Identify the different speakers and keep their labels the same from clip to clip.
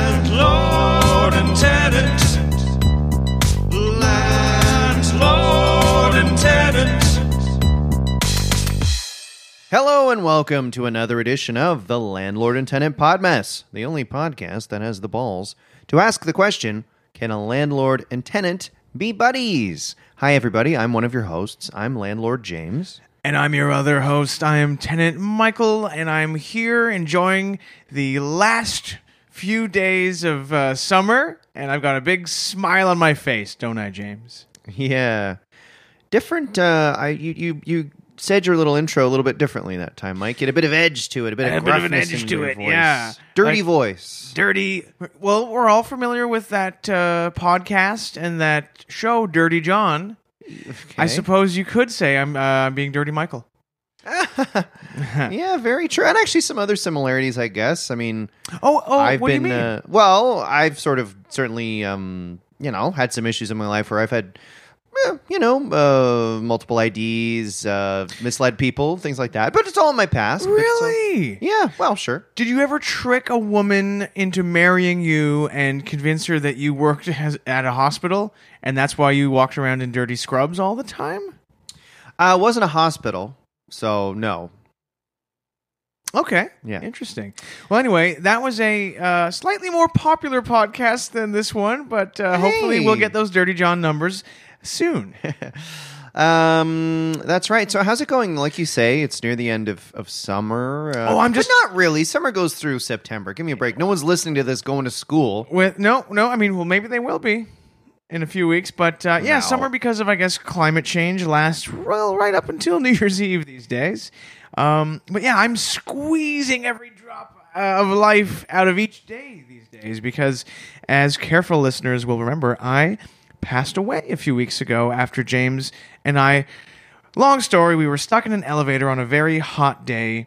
Speaker 1: Landlord and tenant. Landlord and tenant.
Speaker 2: Hello and welcome to another edition of the Landlord and Tenant Podmess, the only podcast that has the balls to ask the question Can a landlord and tenant be buddies? Hi, everybody. I'm one of your hosts. I'm Landlord James.
Speaker 3: And I'm your other host. I am Tenant Michael, and I'm here enjoying the last few days of uh, summer. And I've got a big smile on my face, don't I, James?
Speaker 2: Yeah. Different. Uh, I you you you said your little intro a little bit differently that time, Mike. Get a bit of edge to it, a bit
Speaker 3: A
Speaker 2: of
Speaker 3: bit of an
Speaker 2: gruffness
Speaker 3: edge
Speaker 2: in
Speaker 3: to
Speaker 2: your
Speaker 3: it,
Speaker 2: voice.
Speaker 3: yeah.
Speaker 2: Dirty
Speaker 3: Like-
Speaker 2: voice.
Speaker 3: Dirty. Well, we're all familiar with that uh, podcast and that show, Dirty John. I
Speaker 2: Okay.
Speaker 3: suppose you could say I'm uh, being Dirty Michael.
Speaker 2: Yeah, very true. And actually, some other similarities, I guess. I mean,
Speaker 3: Oh, oh,
Speaker 2: I've
Speaker 3: what
Speaker 2: been
Speaker 3: do you mean?
Speaker 2: Uh, well. I've sort of certainly, um, you know, had some issues in my life where I've had, eh, you know, uh, multiple IDs, uh, misled people, things like that. But it's all in my past. It's all-
Speaker 3: really?
Speaker 2: yeah. Well, sure.
Speaker 3: Did you ever trick a woman into marrying you and convince her that you worked as, at a hospital and that's why you walked around in dirty scrubs all the time?
Speaker 2: Uh, it wasn't a hospital, so no.
Speaker 3: Okay.
Speaker 2: Yeah.
Speaker 3: Interesting. Well, anyway, that was a uh, slightly more popular podcast than this one, but uh, hopefully we'll
Speaker 2: Hey.
Speaker 3: get those Dirty John numbers soon.
Speaker 2: Um, that's right. So how's it going? Like you say, it's near the end of of summer. Uh,
Speaker 3: Oh, I'm
Speaker 2: but
Speaker 3: just-
Speaker 2: not really. Summer goes through September. Give me a break. No one's listening to this going to school.
Speaker 3: With no, no, I mean, well, maybe they will be in a few weeks, but uh, yeah,
Speaker 2: No.
Speaker 3: summer because of I guess climate change lasts well right up until New Year's Eve these days. Um, but yeah, I'm squeezing every drop uh, of life out of each day these days because, as careful listeners will remember, I passed away a few weeks ago after James and I. Long story, we were stuck in an elevator on a very hot day.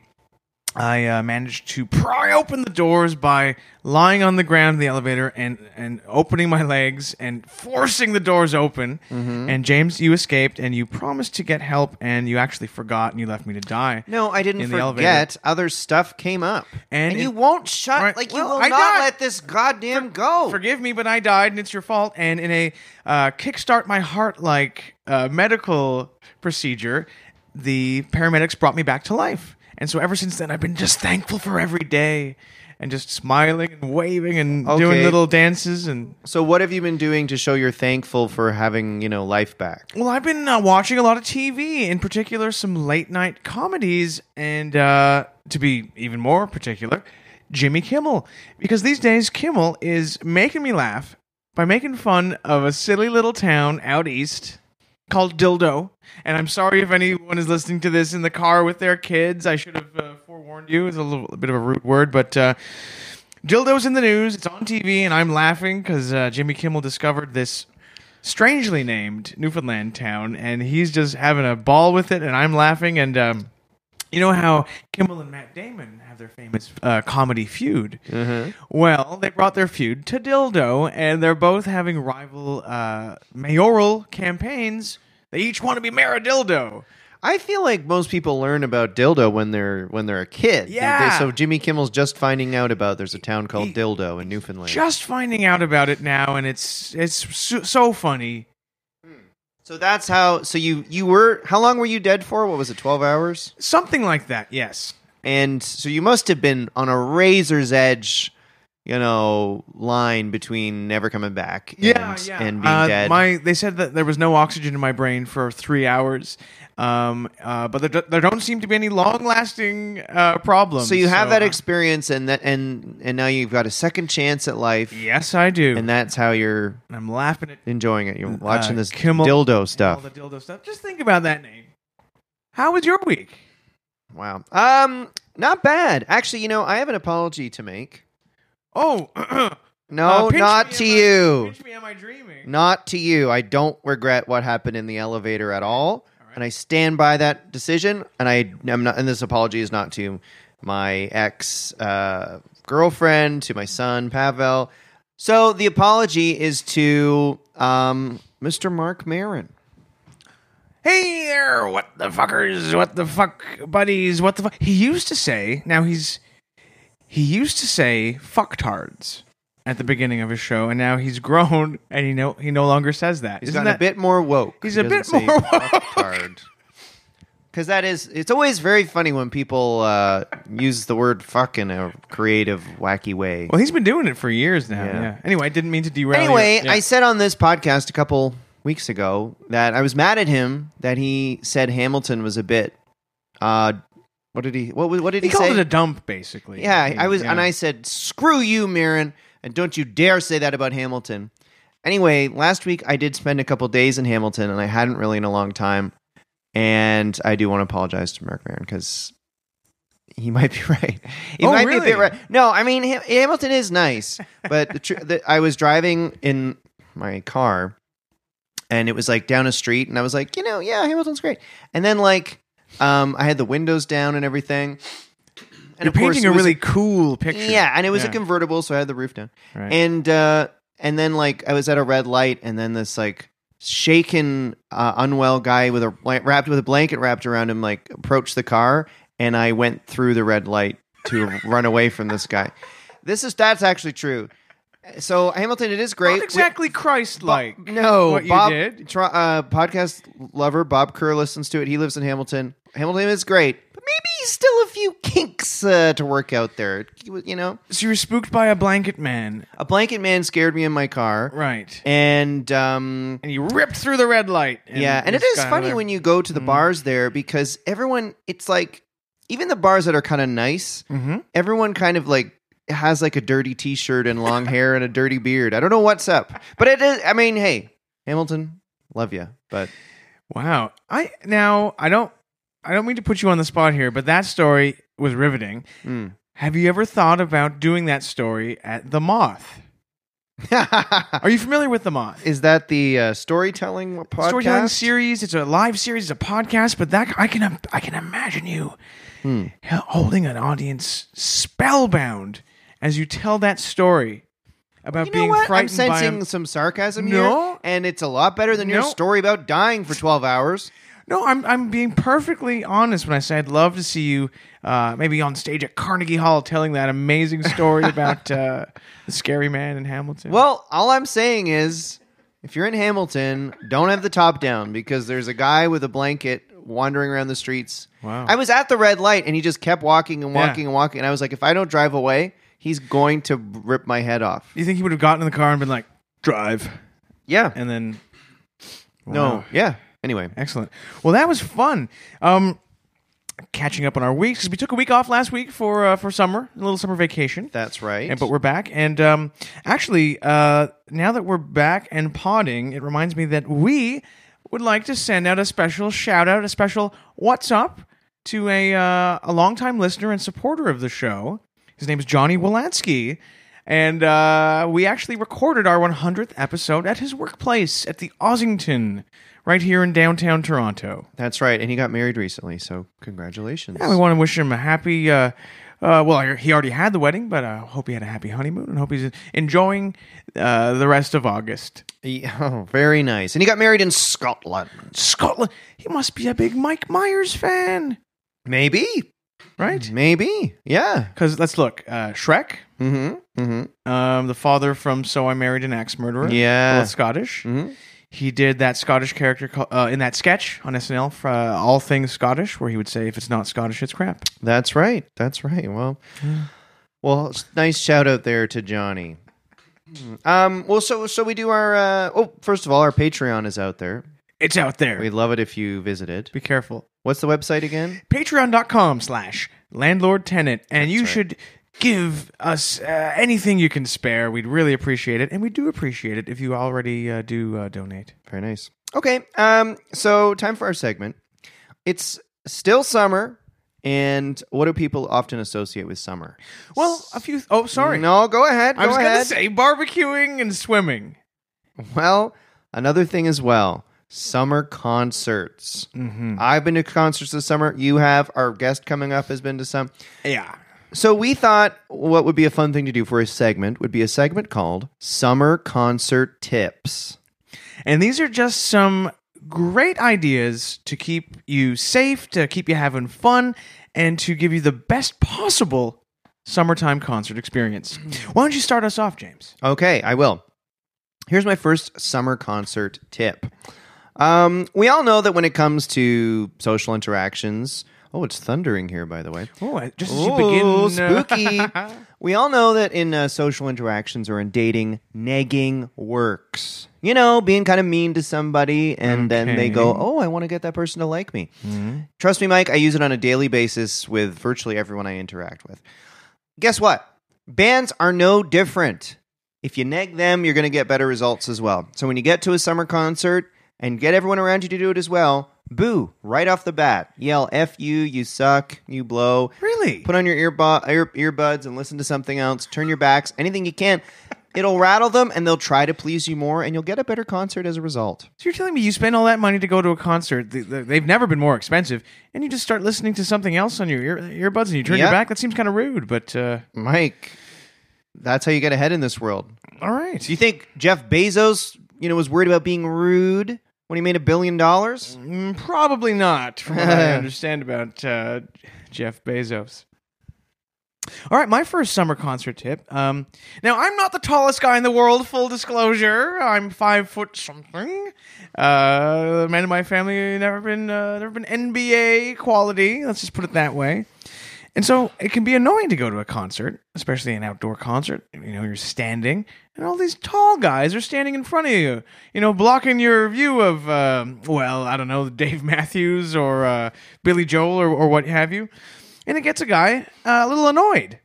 Speaker 3: I uh, managed to pry open the doors by lying on the ground in the elevator and, and opening my legs and forcing the doors open.
Speaker 2: Mm-hmm.
Speaker 3: And James, you escaped and you promised to get help and you actually forgot and you left me to die.
Speaker 2: No, I didn't
Speaker 3: in the elevator.
Speaker 2: forget. Other stuff came up,
Speaker 3: And
Speaker 2: you
Speaker 3: in-
Speaker 2: won't shut.
Speaker 3: Right,
Speaker 2: Like you
Speaker 3: well,
Speaker 2: will
Speaker 3: I
Speaker 2: not
Speaker 3: died.
Speaker 2: let this goddamn go.
Speaker 3: Forgive me, but I died and it's your fault. And in a uh, kickstart my heart like uh, medical procedure, the paramedics brought me back to life. And so ever since then, I've been just thankful for every day and just smiling and waving and doing
Speaker 2: Okay.
Speaker 3: little dances and.
Speaker 2: So, what have you been doing to show you're thankful for having you know life back?
Speaker 3: Well, I've been uh, watching a lot of TV, in particular some late night comedies, and uh, to be even more particular, Jimmy Kimmel. Because these days, Kimmel is making me laugh by making fun of a silly little town out east called Dildo. And I'm sorry if anyone is listening to this in the car with their kids. I should have uh, forewarned you. It's a little a bit of a rude word, but. Uh, Dildo's in the news. It's on TV, and I'm laughing because uh, Jimmy Kimmel discovered this strangely named Newfoundland town, and he's just having a ball with it, and I'm laughing. And um, you know how Kimmel and Matt Damon have their famous uh, comedy feud? Well, they brought their feud to Dildo, and they're both having rival uh, mayoral campaigns. They each want to be mayor of Dildo.
Speaker 2: I feel like most people learn about dildo when they're when they're a kid. They- they-
Speaker 3: Yeah.
Speaker 2: so Jimmy Kimmel's just finding out about there's a town called
Speaker 3: He-
Speaker 2: Dildo in Newfoundland.
Speaker 3: Just finding out about it now, and it's it's so, so funny.
Speaker 2: so that's how. So you you were how long were you dead for? What was it? Twelve hours.
Speaker 3: Something like that, yes.
Speaker 2: And so you must have been on a razor's edge, you know, line between never coming back. and, and being
Speaker 3: Uh,
Speaker 2: dead.
Speaker 3: My, they said that there was no oxygen in my brain for three hours, um, uh, but there, do- there don't seem to be any long-lasting uh, problems.
Speaker 2: So you have that experience, and that and and now you've got a second chance at life,
Speaker 3: yes, I do,
Speaker 2: and
Speaker 3: and
Speaker 2: that's how you're
Speaker 3: I'm laughing at
Speaker 2: enjoying it. You're watching this
Speaker 3: Uh, Kimmel-
Speaker 2: dildo
Speaker 3: all
Speaker 2: stuff.
Speaker 3: the dildo stuff. Just think about that name. How was your week?
Speaker 2: Wow. Um, not bad actually. You know, I have an apology to make.
Speaker 3: Oh,
Speaker 2: No,
Speaker 3: uh, pinch
Speaker 2: not
Speaker 3: me,
Speaker 2: to
Speaker 3: am I-
Speaker 2: you.
Speaker 3: pinch me, am I dreaming?
Speaker 2: Not to you. I don't regret what happened in the elevator at all, and I stand by that decision. And I am not. And this apology is not to my ex uh, girlfriend, to my son Pavel. So the apology is to um, Mr. Mark Marin.
Speaker 3: Hey there, what the fuckers, what the fuck buddies, what the fuck. He used to say, now he's He used to say fucktards at the beginning of his show, and now he's grown and he no he no longer says that.
Speaker 2: He's
Speaker 3: Isn't
Speaker 2: gotten
Speaker 3: that-
Speaker 2: a bit more woke.
Speaker 3: He's a bit more woke.
Speaker 2: Because that is, it's always very funny when people uh, use the word "fuck" in a creative, wacky way.
Speaker 3: Well, he's been doing it for years now. Yeah.
Speaker 2: Yeah.
Speaker 3: Anyway, I didn't mean to derail. your-
Speaker 2: Anyway,
Speaker 3: yeah.
Speaker 2: I said on this podcast a couple weeks ago that I was mad at him that he said Hamilton was a bit. Uh, what did he? What was? What did
Speaker 3: he
Speaker 2: he,
Speaker 3: called
Speaker 2: say?
Speaker 3: it a dump, basically.
Speaker 2: yeah, I was,
Speaker 3: Yeah.
Speaker 2: and I said, "Screw you, Mirren, and don't you dare say that about Hamilton." Anyway, last week I did spend a couple days in Hamilton, and I hadn't really in a long time. And I do want to apologize to Mark Maron because he might be right. He
Speaker 3: Oh,
Speaker 2: might be a bit
Speaker 3: really?
Speaker 2: right. No, I mean Ha- Hamilton is nice, but the tr- the, I was driving in my car, and it was like down a street, and I was like, you know, yeah, Hamilton's great. And then like, um, I had the windows down and everything. And
Speaker 3: You're
Speaker 2: of course,
Speaker 3: painting
Speaker 2: it
Speaker 3: a
Speaker 2: was-
Speaker 3: really cool picture.
Speaker 2: yeah, and it was
Speaker 3: Yeah.
Speaker 2: a convertible, so I had the roof down.
Speaker 3: Right.
Speaker 2: And uh, and then like I was at a red light, and then this like shaken, uh, unwell guy with a like, wrapped with a blanket wrapped around him like approached the car, and I went through the red light to run away from this guy. This is that's actually true. So Hamilton, it is great.
Speaker 3: Not exactly Christ-like.
Speaker 2: We- no,
Speaker 3: what you
Speaker 2: Bob,
Speaker 3: did.
Speaker 2: tro- uh, podcast lover Bob Kerr listens to it. He lives in Hamilton. Hamilton is great, but maybe he's still a few kinks uh, to work out there. You know,
Speaker 3: So you were spooked by a blanket man,
Speaker 2: a blanket man scared me in my car.
Speaker 3: right?
Speaker 2: And um
Speaker 3: And you ripped through the red light.
Speaker 2: yeah, and it
Speaker 3: just
Speaker 2: is
Speaker 3: got out of Mm.
Speaker 2: funny
Speaker 3: there.
Speaker 2: when you go to the bars there because everyone it's like even the bars that are kind of nice,
Speaker 3: Mhm.
Speaker 2: everyone kind of like has like a dirty t-shirt and long hair and a dirty beard. I don't know what's up. But it is I mean, hey, Hamilton, love you, but
Speaker 3: Wow. I now I don't I don't mean to put you on the spot here, but that story was riveting.
Speaker 2: mm.
Speaker 3: Have you ever thought about doing that story at the Moth? Are you familiar with the Moth?
Speaker 2: is that the uh, storytelling podcast?
Speaker 3: Storytelling series. It's a live series. It's a podcast. But that I can I can imagine you
Speaker 2: Hmm.
Speaker 3: h- holding an audience spellbound as you tell that story about
Speaker 2: You know
Speaker 3: being
Speaker 2: what? I'm
Speaker 3: frightened by.
Speaker 2: sensing
Speaker 3: A,
Speaker 2: some sarcasm
Speaker 3: No.
Speaker 2: here, and it's a lot better than your
Speaker 3: No.
Speaker 2: story about dying for 12 hours.
Speaker 3: no, I'm I'm being perfectly honest when I say I'd love to see you uh, maybe on stage at Carnegie Hall telling that amazing story about uh, the scary man in Hamilton.
Speaker 2: Well, all I'm saying is, if you're in Hamilton, don't have the top down because there's a guy with a blanket wandering around the streets.
Speaker 3: Wow.
Speaker 2: I was at the red light and he just kept walking and
Speaker 3: Yeah.
Speaker 2: walking and walking, and I was like, if I don't drive away, he's going to rip my head off.
Speaker 3: do you think he would have gotten in the car and been like, "Drive,"
Speaker 2: Yeah.
Speaker 3: and then
Speaker 2: No. Yeah. Anyway.
Speaker 3: Excellent. Well, that was fun. Um, catching up on our weeks 'cause we took a week off last week for uh, for summer, a little summer vacation.
Speaker 2: That's right.
Speaker 3: And, but we're back, and um, actually, uh, now that we're back and podding, it reminds me that we would like to send out a special shout out, a special "What's up" to a uh, a longtime listener and supporter of the show. His name is Johnny Walansky, and uh, we actually recorded our 100th episode at his workplace at the Ossington, right here in downtown Toronto.
Speaker 2: That's right. And he got married recently, so congratulations.
Speaker 3: Yeah, we want to wish him a happy. Uh, uh, well, he already had the wedding, but I hope he had a happy honeymoon and hope he's enjoying uh, the rest of August.
Speaker 2: He- oh, very nice. And he got married in Scotland.
Speaker 3: Scotland. He must be a big Mike Myers fan,
Speaker 2: Maybe. Mm-hmm.
Speaker 3: right?
Speaker 2: Maybe. Yeah.
Speaker 3: Because let's look. Uh, Shrek,
Speaker 2: Mm-hmm. Mm-hmm.
Speaker 3: um, the father from So I Married an Axe Murderer.
Speaker 2: Yeah.
Speaker 3: both Scottish.
Speaker 2: Mm-hmm.
Speaker 3: He did that Scottish character ca- uh, in that sketch on SNL for uh, All Things Scottish, where he would say, if it's not Scottish, it's crap.
Speaker 2: That's right. That's right. Well, well, s- nice shout out there to Johnny. Um, well, so so we do our. Uh, oh, first of all, our Patreon is out there.
Speaker 3: It's out there.
Speaker 2: We'd love it if you visit it.
Speaker 3: Be careful.
Speaker 2: What's the website again?
Speaker 3: patreon.com slash landlord tenant and you should give us uh, anything you can spare we'd really appreciate it and we do appreciate it if you already uh, do uh, donate
Speaker 2: Very nice. Okay. Um, so time for our segment. It's still summer, and what do people often associate with summer?
Speaker 3: well a few oh sorry
Speaker 2: No, go ahead.
Speaker 3: i
Speaker 2: go
Speaker 3: was gonna
Speaker 2: ahead.
Speaker 3: say barbecuing and swimming
Speaker 2: Well, another thing as well summer concerts. I've been to concerts this summer. You have. Our guest coming up has been to some.
Speaker 3: yeah
Speaker 2: So we thought what would be a fun thing to do for a segment would be a segment called Summer Concert Tips.
Speaker 3: and these are just some great ideas to keep you safe to keep you having fun and to give you the best possible summertime concert experience. Why don't you start us off, James?
Speaker 2: Okay, I will. Here's my first summer concert tip. Um, we all know that when it comes to social interactions, oh, it's thundering here, by the way.
Speaker 3: Oh, I- just as you begin,
Speaker 2: Oh,
Speaker 3: uh,
Speaker 2: spooky. we all know that in uh, social interactions or in dating, negging works. You know, being kind of mean to somebody and then they go, oh, I want to get that person to like me.
Speaker 3: Mm-hmm.
Speaker 2: Trust me, Mike, I use it on a daily basis with virtually everyone I interact with. Guess what? Bands are no different. If you neg them, you're going to get better results as well. So when you get to a summer concert and get everyone around you to do it as well, boo, right off the bat. Yell, F you, you suck, you blow.
Speaker 3: really?
Speaker 2: Put on your earbu- ear- earbuds and listen to something else. Turn your backs, anything you can. It'll rattle them and they'll try to please you more and you'll get a better concert as a result.
Speaker 3: so you're telling me you spend all that money to go to a concert? th- th- They've never been more expensive, and you just start listening to something else on your ear- earbuds, and you turn
Speaker 2: Yeah.
Speaker 3: your back. That seems kind of rude, but uh,
Speaker 2: Mike, that's how you get ahead in this world.
Speaker 3: all right.
Speaker 2: Do you think Jeff Bezos, you know, was worried about being rude when he made a billion dollars?
Speaker 3: Mm, probably not, from what I understand about uh, Jeff Bezos. All right, my first summer concert tip. Um, now, I'm not the tallest guy in the world, full disclosure. I'm five foot something. Uh, men in my family never been uh, never been NBA quality. Let's just put it that way. And so it can be annoying to go to a concert, especially an outdoor concert. You know, you're standing, and all these tall guys are standing in front of you, you know, blocking your view of, um, well, I don't know, Dave Matthews or uh, Billy Joel or, or what have you. And it gets a guy uh, a little annoyed.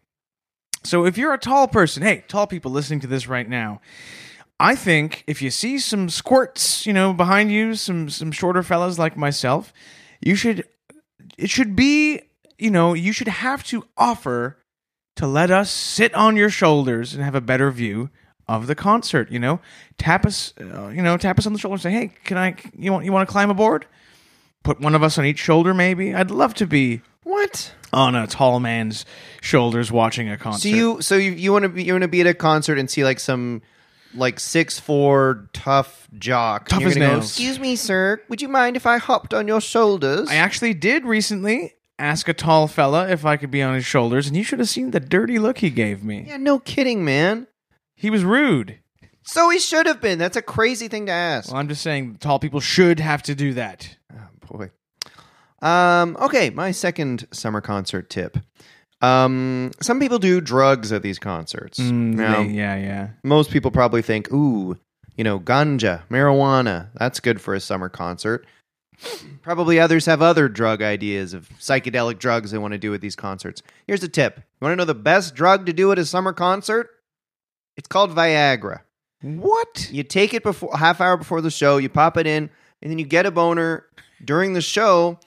Speaker 3: So if you're a tall person, hey, tall people listening to this right now, I think if you see some squirts, you know, behind you, some some shorter fellas like myself, you should it should be, you know, you should have to offer to let us sit on your shoulders and have a better view of the concert, you know? Tap us, uh, you know, tap us on the shoulder and say, "Hey, can I you want you want to climb aboard?" Put one of us on each shoulder maybe. I'd love to be
Speaker 2: What?
Speaker 3: on a tall man's shoulders watching a concert.
Speaker 2: So you so you, you want to be you want to be at a concert and see like some like six four tough jock. and
Speaker 3: Tough
Speaker 2: you're
Speaker 3: as
Speaker 2: gonna go,
Speaker 3: nails.
Speaker 2: Excuse me, sir. Would you mind if I hopped on your shoulders?
Speaker 3: I actually did recently ask a tall fella if I could be on his shoulders, and you should have seen the dirty look he gave me.
Speaker 2: yeah, no kidding, man.
Speaker 3: He was rude.
Speaker 2: So he should have been. That's a crazy thing to ask.
Speaker 3: Well, I'm just saying, tall people should have to do that.
Speaker 2: Oh, boy. Um, okay, my second summer concert tip. Um, some people do drugs at these concerts. Now,
Speaker 3: Mm, they- yeah, yeah.
Speaker 2: most people probably think, ooh, you know, ganja, marijuana, that's good for a summer concert. Probably others have other drug ideas of psychedelic drugs they want to do at these concerts. Here's a tip. You want to know the best drug to do at a summer concert? It's called Viagra.
Speaker 3: What?
Speaker 2: You take it before half hour before the show, you pop it in, and then you get a boner during the show.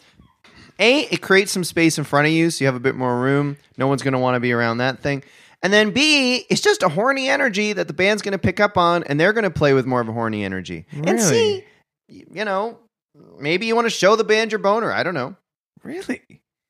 Speaker 2: A, it creates some space in front of you, so you have a bit more room. No one's going to want to be around that thing. And then B, it's just a horny energy that the band's going to pick up on, and they're going to play with more of a horny energy. And C, y- you know, maybe you want to show the band your boner. I don't know.
Speaker 3: Really?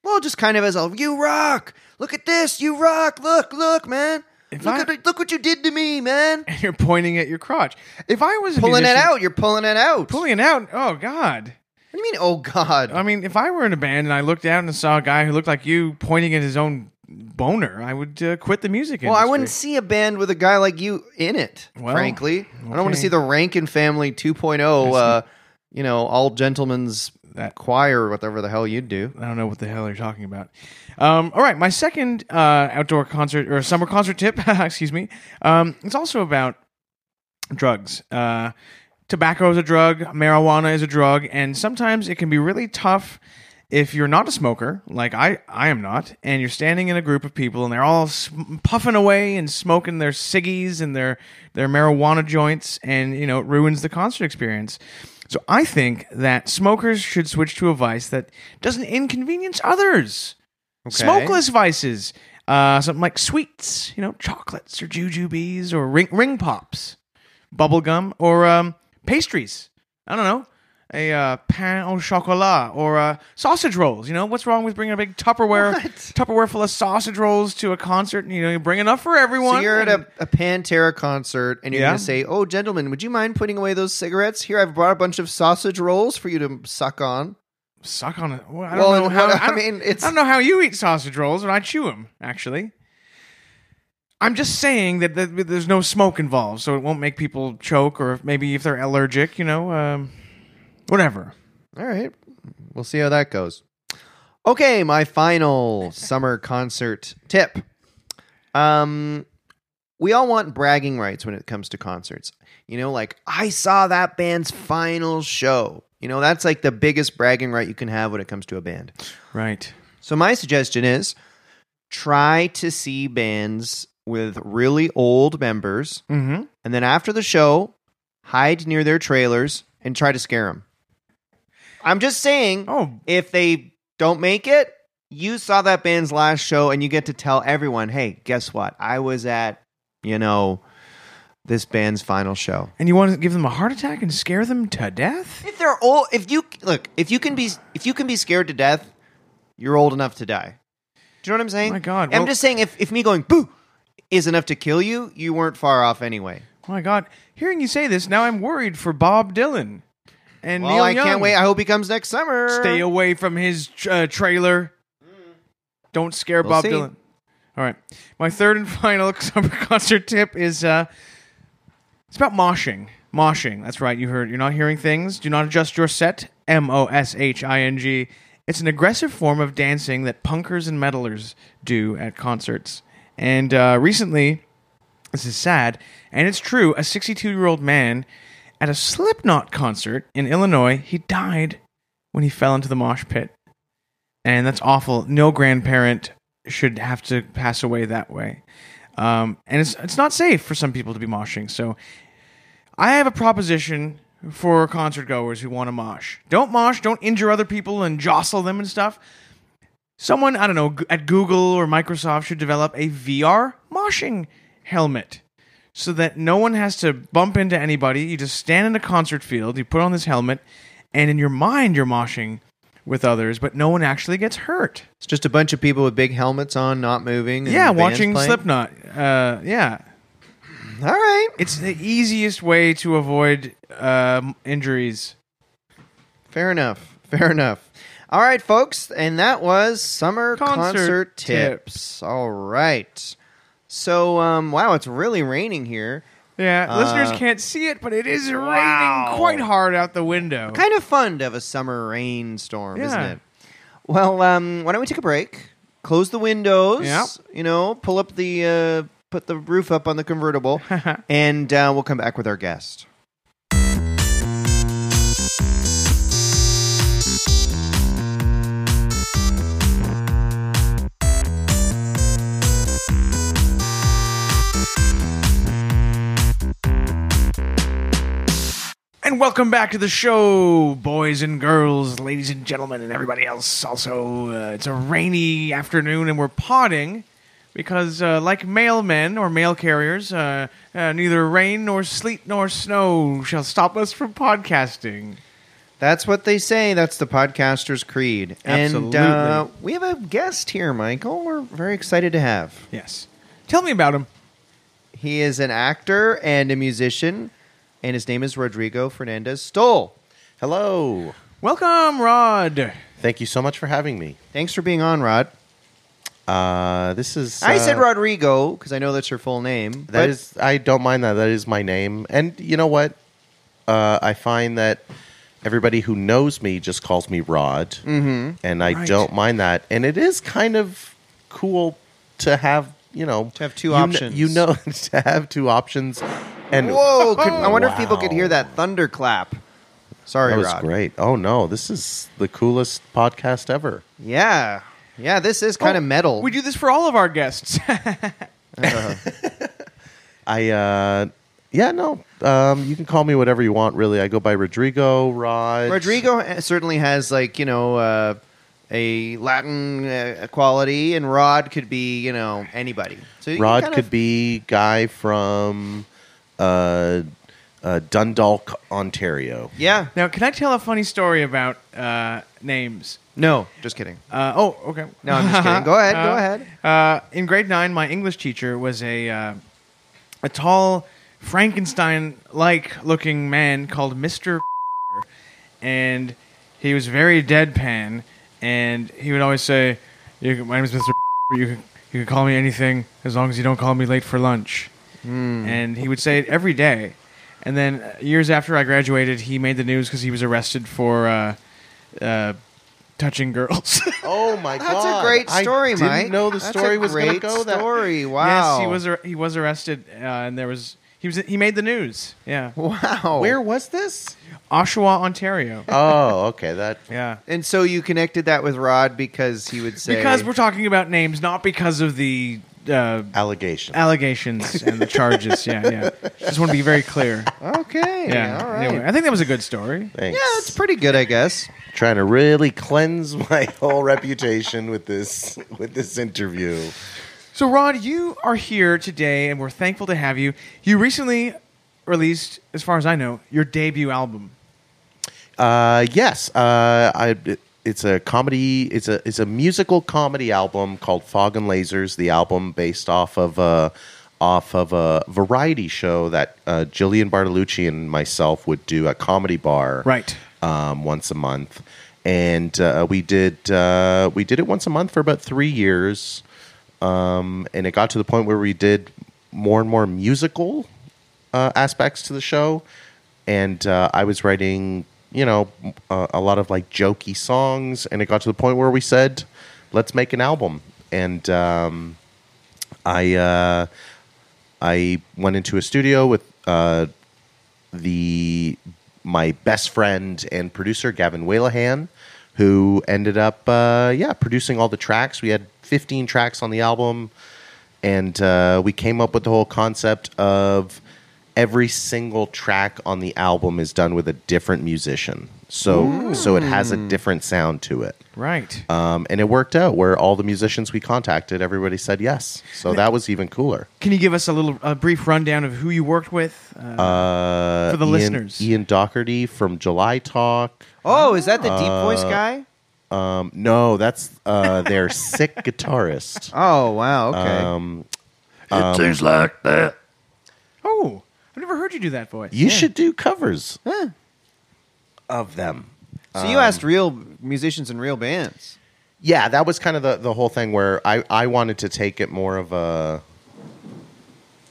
Speaker 2: Well, just kind of as a you rock. Look at this, you rock. Look, look, man.
Speaker 3: If
Speaker 2: look
Speaker 3: I-
Speaker 2: at it- look what you did to me, man.
Speaker 3: And you're pointing at your crotch. If I was a
Speaker 2: Pulling it
Speaker 3: musician-
Speaker 2: out. You're pulling it out.
Speaker 3: pulling it out. Oh God.
Speaker 2: What do you mean, oh God?
Speaker 3: I mean, if I were in a band and I looked out and saw a guy who looked like you pointing at his own boner, I would uh, quit the music.
Speaker 2: well, I wouldn't
Speaker 3: industry.
Speaker 2: see a band with a guy like you in it,
Speaker 3: Well,
Speaker 2: frankly. I don't want to
Speaker 3: okay.
Speaker 2: see the Rankin Family 2.0, uh, you know, all gentlemen's
Speaker 3: That-
Speaker 2: choir or whatever the hell you'd do.
Speaker 3: I don't know what the hell you're talking about. Um, all right, my second uh, outdoor concert or summer concert tip, excuse me, um, it's also about drugs. Uh, tobacco is a drug, marijuana is a drug, and sometimes it can be really tough if you're not a smoker, like I, I am not, and you're standing in a group of people and they're all sm- puffing away and smoking their ciggies and their their marijuana joints, and you know it ruins the concert experience. So I think that smokers should switch to a vice that doesn't inconvenience others. Smokeless vices, uh, something like sweets, you know, chocolates or jujubes or ring ring pops, bubble gum or um, pastries. I don't know, a uh, pain au chocolat or uh, sausage rolls. You know, what's wrong with bringing a big Tupperware
Speaker 2: What?
Speaker 3: Tupperware full of sausage rolls to a concert? You know, you bring enough for everyone.
Speaker 2: So you're at
Speaker 3: and-
Speaker 2: a, a Pantera concert and you're
Speaker 3: Yeah.
Speaker 2: going to say, oh, gentlemen, would you mind putting away those cigarettes? Here, I've brought a bunch of sausage rolls for you to suck on.
Speaker 3: suck on it. Well, I don't
Speaker 2: Well,
Speaker 3: know
Speaker 2: and
Speaker 3: how.
Speaker 2: what- I
Speaker 3: I, don't-
Speaker 2: mean, it's-
Speaker 3: I don't know how you eat sausage rolls, but I chew them actually. I'm just saying that, that there's no smoke involved, so it won't make people choke, or if- maybe if they're allergic, you know, um, whatever.
Speaker 2: All right. We'll see how that goes. Okay, my final summer concert tip. Um we all want bragging rights when it comes to concerts. You know, like I saw that band's final show. You know, that's like the biggest bragging right you can have when it comes to a band.
Speaker 3: Right.
Speaker 2: So my suggestion is try to see bands with really old members
Speaker 3: Mm-hmm.
Speaker 2: and then after the show, hide near their trailers and try to scare them. I'm just saying,
Speaker 3: Oh,
Speaker 2: if they don't make it, you saw that band's last show and you get to tell everyone, hey, guess what? I was at, you know, this band's final show.
Speaker 3: and you want to give them a heart attack and scare them to death?
Speaker 2: If they're old, if you look, if you can be, if you can be scared to death, you're old enough to die. Do you know what I'm saying?
Speaker 3: My God,
Speaker 2: I'm
Speaker 3: well-
Speaker 2: just saying, if, if me going boo is enough to kill you, you weren't far off anyway.
Speaker 3: Oh my God! Hearing you say this, now I'm worried for Bob Dylan and
Speaker 2: Well,
Speaker 3: Neil
Speaker 2: I
Speaker 3: Young.
Speaker 2: can't wait. I hope he comes next summer.
Speaker 3: Stay away from his uh, trailer. Don't scare
Speaker 2: We'll
Speaker 3: Bob
Speaker 2: see.
Speaker 3: Dylan. All right. My third and final summer concert tip is uh, it's about moshing. Moshing. That's right. You heard. You're not hearing things. Do not adjust your set. M O S H I N G. It's an aggressive form of dancing that punkers and metalers do at concerts. And uh, recently, this is sad, and it's true. A 62 year old man at a Slipknot concert in Illinois, he died when he fell into the mosh pit. And that's awful. No grandparent should have to pass away that way. Um, and it's, it's not safe for some people to be moshing. So I have a proposition for concert goers who want to mosh. Don't mosh, don't injure other people and jostle them and stuff. Someone, I don't know, g- at Google or Microsoft should develop a VR moshing helmet so that no one has to bump into anybody. You just stand in a concert field, you put on this helmet, and in your mind you're moshing with others, but no one actually gets hurt.
Speaker 2: It's just a bunch of people with big helmets on, not moving. and
Speaker 3: yeah,
Speaker 2: bands
Speaker 3: watching
Speaker 2: playing.
Speaker 3: Slipknot. Uh, yeah,
Speaker 2: All right.
Speaker 3: it's the easiest way to avoid um injuries.
Speaker 2: Fair enough. Fair enough. All right, folks. And that was summer concert,
Speaker 3: Concert
Speaker 2: tips. All right. So, um, wow, it's really raining here.
Speaker 3: Yeah,
Speaker 2: Uh,
Speaker 3: listeners can't see it, but it is
Speaker 2: Wow.
Speaker 3: raining quite hard out the window.
Speaker 2: Kind of fun to have a summer rainstorm, isn't
Speaker 3: Yeah.
Speaker 2: it? Well, um, why don't we take a break? Close the windows.
Speaker 3: Yeah.
Speaker 2: You know, pull up the, uh, put the roof up on the convertible, and uh, we'll come back with our guest.
Speaker 3: And welcome back to the show, boys and girls, ladies and gentlemen, and everybody else. Also, uh, it's a rainy afternoon, and we're potting because, uh, like mailmen or mail carriers, uh, uh, neither rain nor sleet nor snow shall stop us from podcasting.
Speaker 2: That's what they say. That's the podcaster's creed. And uh,
Speaker 3: Absolutely.
Speaker 2: we have a guest here, Michael. We're very excited to have.
Speaker 3: Yes. Tell me about him.
Speaker 2: He is an actor and a musician, and his name is Rodrigo Fernandez Stoll.
Speaker 4: Hello.
Speaker 3: Welcome, Rod.
Speaker 4: Thank you so much for having me.
Speaker 2: Thanks for being on, Rod.
Speaker 4: Uh, this is.
Speaker 2: I said
Speaker 4: uh,
Speaker 2: Rodrigo because I know that's your full name.
Speaker 4: That is. I don't mind that. That is my name. And you know what? Uh, I find that everybody who knows me just calls me Rod, mm-hmm. and I
Speaker 3: Right.
Speaker 4: don't mind that. And it is kind of cool to have you know
Speaker 2: To have two
Speaker 4: you kn-
Speaker 2: options.
Speaker 4: you know, to have two options. And
Speaker 2: Whoa! Could, I wonder if people
Speaker 4: Wow.
Speaker 2: could hear that thunderclap. Sorry,
Speaker 4: That was
Speaker 2: Rod.
Speaker 4: great. Oh no, this is the coolest podcast ever.
Speaker 2: Yeah, yeah. This is
Speaker 4: Oh,
Speaker 2: kind of metal. Uh-huh.
Speaker 3: We do this for all of our guests.
Speaker 4: I uh yeah, no. Um you can call me whatever you want really. I go by Rodrigo, Rod.
Speaker 2: Rodrigo certainly has like you know uh, a Latin uh, quality, and Rod could be you know anybody. So you can
Speaker 4: Rod
Speaker 2: kind
Speaker 4: could
Speaker 2: of-
Speaker 4: be guy from uh uh Dundalk, Ontario.
Speaker 2: Yeah.
Speaker 3: now, can I tell a funny story about uh, names?
Speaker 2: No, just kidding.
Speaker 3: Uh, oh, okay.
Speaker 2: No, I'm just kidding. Go ahead, go
Speaker 3: Uh,
Speaker 2: ahead.
Speaker 3: Uh, in grade nine, my English teacher was a uh, a tall Frankenstein-like looking man called Mister, and he was very deadpan, and he would always say, "You- "My name is Mister," where you can you can call me anything as long as you don't call me late for lunch. And he would say it every day. And then uh, years after I graduated, he made the news because he was arrested for uh, uh, touching girls.
Speaker 4: Oh my
Speaker 2: That's
Speaker 4: god!
Speaker 2: a great story,
Speaker 4: I didn't
Speaker 2: Mike.
Speaker 4: know the
Speaker 2: That's
Speaker 4: story
Speaker 2: a
Speaker 4: was going to
Speaker 2: great
Speaker 4: go that.
Speaker 2: story. Wow.
Speaker 3: Yes, he was. ar- He was arrested, uh, and there was. He was. He made the news. Yeah,
Speaker 2: Wow.
Speaker 4: Where was this?
Speaker 3: Oshawa, Ontario.
Speaker 4: Oh, okay. That
Speaker 3: Yeah,
Speaker 2: And so you connected that with Rod because he would say
Speaker 3: because we're talking about names, not because of the uh,
Speaker 4: allegation.
Speaker 3: allegations and the charges. yeah, yeah. Just want to be very clear.
Speaker 2: okay.
Speaker 3: Yeah.
Speaker 2: All right.
Speaker 3: Anyway, I think that was a good story.
Speaker 4: Thanks.
Speaker 2: yeah, it's pretty good, I guess.
Speaker 4: Trying to really cleanse my whole reputation with this with this interview.
Speaker 3: So, Rod, you are here today, and we're thankful to have you. You recently released, as far as I know, your debut album.
Speaker 4: Uh, yes, uh, I, it's a comedy. It's a it's a musical comedy album called Fog and Lasers. The album based off of a off of a variety show that uh, Jillian Bartolucci and myself would do at Comedy Bar,
Speaker 3: Right.
Speaker 4: Um, once a month, and uh, we did uh, we did it once a month for about three years, um, and it got to the point where we did more and more musical uh, aspects to the show, and uh, I was writing, you know, uh, a lot of like jokey songs, and it got to the point where we said, "Let's make an album," and um, I uh, I went into a studio with uh, the my best friend and producer Gavin Whalehan, who ended up uh, yeah producing all the tracks. We had 15 tracks on the album, and uh, we came up with the whole concept of every single track on the album is done with a different musician. So so it has a different sound to it.
Speaker 3: Right.
Speaker 4: Um, and it worked out where all the musicians we contacted, everybody said yes. So that was even cooler.
Speaker 3: Can you give us a little a brief rundown of who you worked with? Uh,
Speaker 4: Uh,
Speaker 3: For the
Speaker 4: Ian-
Speaker 3: listeners.
Speaker 4: Ian Doherty from July Talk.
Speaker 2: Oh, is that the deep voice
Speaker 4: Uh,
Speaker 2: guy?
Speaker 4: Um, no, that's uh, their sick guitarist.
Speaker 2: Oh, wow. Okay.
Speaker 4: Um,
Speaker 3: oh, I've never heard you do that voice.
Speaker 4: you should do covers
Speaker 2: Huh.
Speaker 4: of them.
Speaker 2: So you
Speaker 4: um,
Speaker 2: asked real musicians and real bands.
Speaker 4: Yeah, that was kind of the, the whole thing where I, I wanted to take it more of a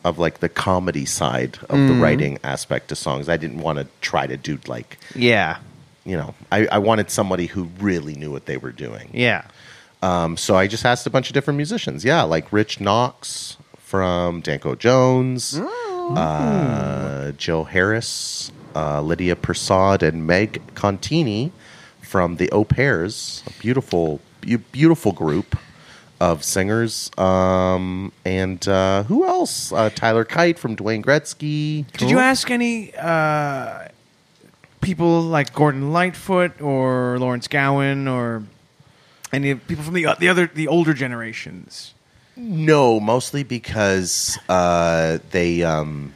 Speaker 4: of like the comedy side of the
Speaker 2: Mm-hmm.
Speaker 4: writing aspect to songs. I didn't want to try to do like
Speaker 2: Yeah.
Speaker 4: you know I, I wanted somebody who really knew what they were doing.
Speaker 2: Yeah.
Speaker 4: Um, so I just asked a bunch of different musicians. Yeah, like Rich Knox from Danko Jones, uh, Jill Harris, uh, Lydia Persaud, and Meg Contini from the Au Pairs, a beautiful, be- beautiful group of singers. Um, and uh, who else? Uh, Tyler Kite from Dwayne Gretzky.
Speaker 3: Did you ask any uh, people like Gordon Lightfoot or Lawrence Gowan or any people from the uh, the other the older generations?
Speaker 4: No, mostly because uh, they um,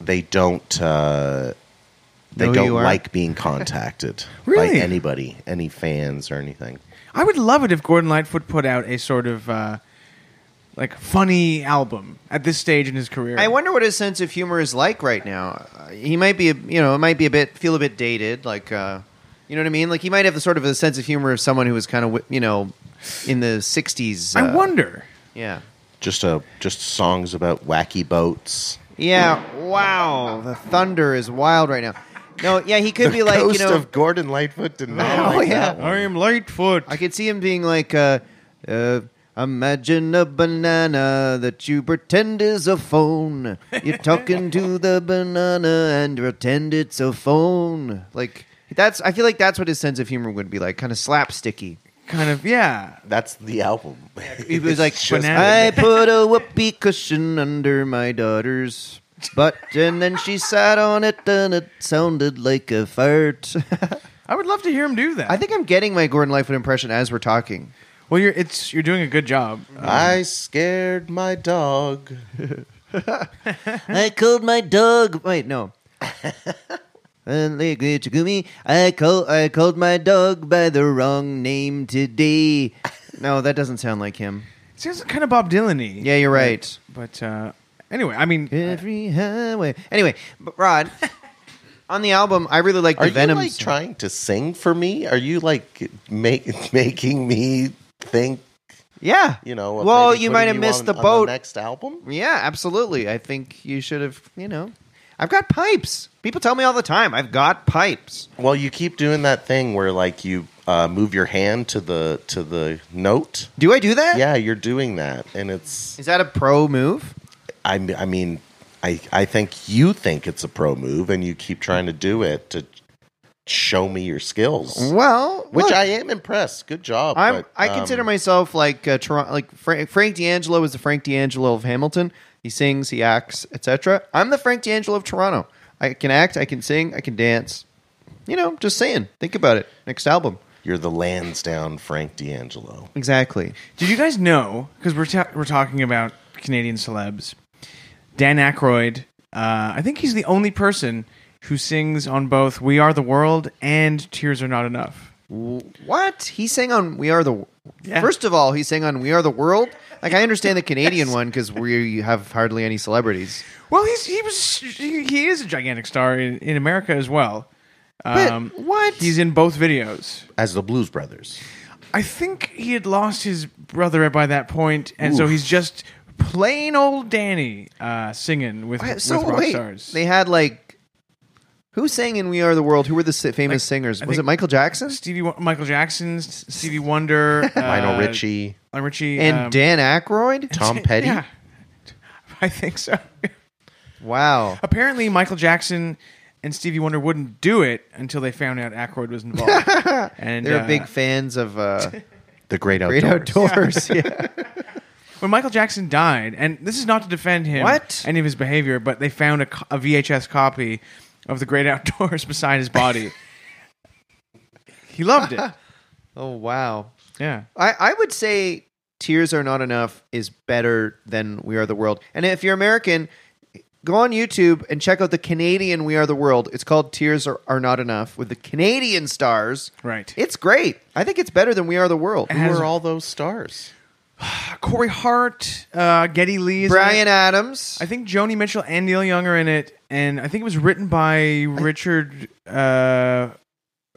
Speaker 4: they don't uh, they
Speaker 2: Know who
Speaker 4: don't
Speaker 2: you are?
Speaker 4: like being contacted
Speaker 3: Really?
Speaker 4: by anybody, any fans or anything.
Speaker 3: I would love it if Gordon Lightfoot put out a sort of uh, like funny album at this stage in his career.
Speaker 2: I wonder what his sense of humor is like right now. Uh, he might be, a- you know, it might be a bit feel a bit dated, like, uh, you know what I mean? Like he might have the sort of a sense of humor of someone who was kind of, you know, in the '60s.
Speaker 3: I
Speaker 2: uh,
Speaker 3: wonder.
Speaker 2: Yeah.
Speaker 4: Just uh just songs about wacky boats.
Speaker 2: Yeah. Wow. The thunder is wild right now. No. Yeah. He could be like,
Speaker 4: Ghost
Speaker 2: you know,
Speaker 4: of Gordon Lightfoot did not.
Speaker 2: Oh,
Speaker 4: like
Speaker 2: yeah.
Speaker 4: that one.
Speaker 3: I am Lightfoot.
Speaker 2: I could see him being like, uh, uh, imagine a banana that you pretend is a phone. You're talking to the banana and pretend it's a phone. Like that's. I feel like that's what his sense of humor would be like, kind of slapsticky.
Speaker 3: kind of yeah.
Speaker 4: That's the album.
Speaker 2: He was like,
Speaker 4: It's just-
Speaker 3: banana.
Speaker 2: I put a whoopee cushion under my daughter's. butt, and then she sat on it and it sounded like a fart.
Speaker 3: I would love to hear him do that.
Speaker 2: I think I'm getting my Gordon Lightfoot impression as we're talking.
Speaker 3: well, you're it's you're doing a good job.
Speaker 2: Uh,
Speaker 4: I scared my dog.
Speaker 2: I called my dog. Wait, no. And they agreed to give me- I call I called my dog by the wrong name today. No, that doesn't sound like him.
Speaker 3: It sounds kind of Bob Dylan-y.
Speaker 2: Yeah, you're right.
Speaker 3: But uh, anyway, I mean,
Speaker 2: Every
Speaker 4: Uh,
Speaker 2: highway. Anyway, but Rod, on the album, I really like the
Speaker 4: Are
Speaker 2: Venom.
Speaker 4: you like
Speaker 2: song.
Speaker 4: trying to sing for me? Are you like make, making me think
Speaker 2: Yeah.
Speaker 4: You know, of
Speaker 2: Well,
Speaker 4: maybe
Speaker 2: you
Speaker 4: putting
Speaker 2: might have missed
Speaker 4: on-
Speaker 2: the
Speaker 4: on
Speaker 2: boat.
Speaker 4: next album.
Speaker 2: yeah, absolutely. I think you should have. You know, I've got pipes. People tell me all the time I've got pipes.
Speaker 4: Well, you keep doing that thing where like you uh, move your hand to the to the note.
Speaker 2: Do I do that?
Speaker 4: Yeah, you're doing that, and it's.
Speaker 2: Is that a pro move?
Speaker 4: I m- I mean, I I think you think it's a pro move, and you keep trying to do it to show me your skills,
Speaker 2: Well,
Speaker 4: which
Speaker 2: look,
Speaker 4: I am impressed. Good job.
Speaker 2: I'm,
Speaker 4: but,
Speaker 2: I consider
Speaker 4: um,
Speaker 2: myself like uh, Toronto, like Frank, Frank D'Angelo is the Frank D'Angelo of Hamilton. He sings, he acts, etc. I'm the Frank D'Angelo of Toronto. I can act, I can sing, I can dance. You know, just saying. Think about it. Next album,
Speaker 4: You're the Lansdowne Frank D'Angelo.
Speaker 2: exactly.
Speaker 3: Did you guys know? Because we're ta- we're talking about Canadian celebs. Dan Aykroyd. Uh, I think he's the only person who sings on both "We Are the World" and "Tears Are Not Enough."
Speaker 2: What he sang on "We Are the."
Speaker 3: Yeah.
Speaker 2: First of all, he sang on "We Are the World." Like I understand the Canadian one because we have hardly any celebrities.
Speaker 3: Well, he's he was he, he is a gigantic star in, in America as well.
Speaker 2: But
Speaker 3: Um,
Speaker 2: what?
Speaker 3: He's in both videos.
Speaker 4: As the Blues Brothers.
Speaker 3: I think he had lost his brother by that point, and so he's just plain old Danny uh, singing with,
Speaker 2: Wait,
Speaker 3: with
Speaker 2: so
Speaker 3: rock
Speaker 2: wait,
Speaker 3: stars.
Speaker 2: they had like who sang in "We Are the World"? Who were the si- famous singers?
Speaker 3: I
Speaker 2: Was it
Speaker 3: think-
Speaker 2: Michael Jackson
Speaker 3: Stevie, Wo- Michael Jackson, S- Stevie Wonder, uh,
Speaker 4: Lionel Richie,
Speaker 3: Lionel Richie,
Speaker 2: and
Speaker 3: um,
Speaker 2: Dan Aykroyd?
Speaker 4: Tom Petty.
Speaker 3: Yeah, I think so.
Speaker 2: Wow,
Speaker 3: Apparently, Michael Jackson and Stevie Wonder wouldn't do it until they found out Aykroyd was involved. and
Speaker 2: they're
Speaker 3: uh,
Speaker 2: big fans of uh,
Speaker 4: The Great Outdoors.
Speaker 2: Great Outdoors. Yeah.
Speaker 3: when Michael Jackson died, and this is not to defend him,
Speaker 2: What?
Speaker 3: any of his behavior, but they found a, co- a VHS copy of The Great Outdoors beside his body. he loved it.
Speaker 2: Oh wow,
Speaker 3: Yeah,
Speaker 2: I I would say "Tears Are Not Enough" is better than "We Are the World." And if you're American. Go on YouTube and check out the Canadian We Are the World. It's called Tears Are, Are Not Enough with the Canadian stars.
Speaker 3: right.
Speaker 2: It's great. I think it's better than We Are the World.
Speaker 4: Who
Speaker 3: Has-
Speaker 4: are all those stars?
Speaker 3: Corey Hart, uh, Getty Lee, is in
Speaker 2: Brian
Speaker 3: it.
Speaker 2: Adams.
Speaker 3: I think Joni Mitchell and Neil Young are in it, and I think it was written by Richard uh,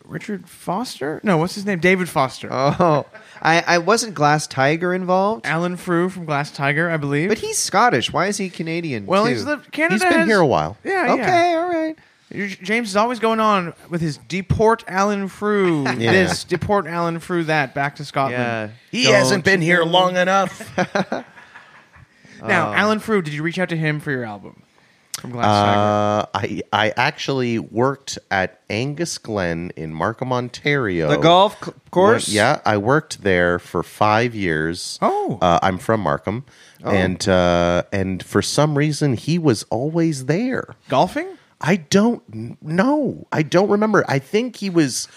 Speaker 3: Richard Foster. No, what's his name? David Foster.
Speaker 2: Oh, I, I wasn't Glass Tiger involved,
Speaker 3: Alan Frew from Glass Tiger, I believe.
Speaker 2: but he's Scottish. Why is he Canadian?
Speaker 3: well,
Speaker 2: too?
Speaker 3: he's lived Canada.
Speaker 4: He's been
Speaker 3: has-
Speaker 4: here a while.
Speaker 3: Yeah,
Speaker 2: okay.
Speaker 3: yeah.
Speaker 2: All right.
Speaker 3: J- James is always going on with his deport Alan Frew
Speaker 4: Yeah.
Speaker 3: this, deport Alan Frew that back to Scotland.
Speaker 2: Yeah.
Speaker 4: He
Speaker 2: Don't-
Speaker 4: been here long enough. Oh.
Speaker 3: Now, Alan Frew, did you reach out to him for your album from Glass Tiger?
Speaker 4: Uh, I I actually worked at Angus Glen in Markham, Ontario.
Speaker 2: The golf c- course.
Speaker 4: Yeah, I worked there for five years.
Speaker 3: Oh.
Speaker 4: uh, I'm from Markham, and uh, and for some reason he was always there.
Speaker 3: Golfing?
Speaker 4: I don't n- know. I don't remember. I think he was.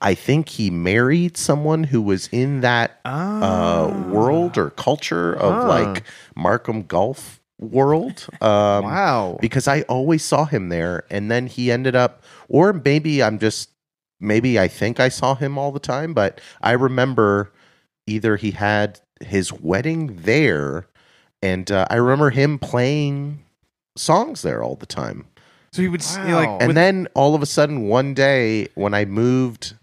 Speaker 4: I think he married someone who was in that uh, world or culture of like Markham golf world. Um,
Speaker 2: Wow.
Speaker 4: Because I always saw him there, and then he ended up, or maybe I'm just, maybe I think I saw him all the time, but I remember either he had his wedding there, and uh, I remember him playing songs there all the time.
Speaker 3: So he would s he,
Speaker 2: Wow.
Speaker 3: like
Speaker 4: And
Speaker 3: with-
Speaker 4: then all of a sudden, one day when I moved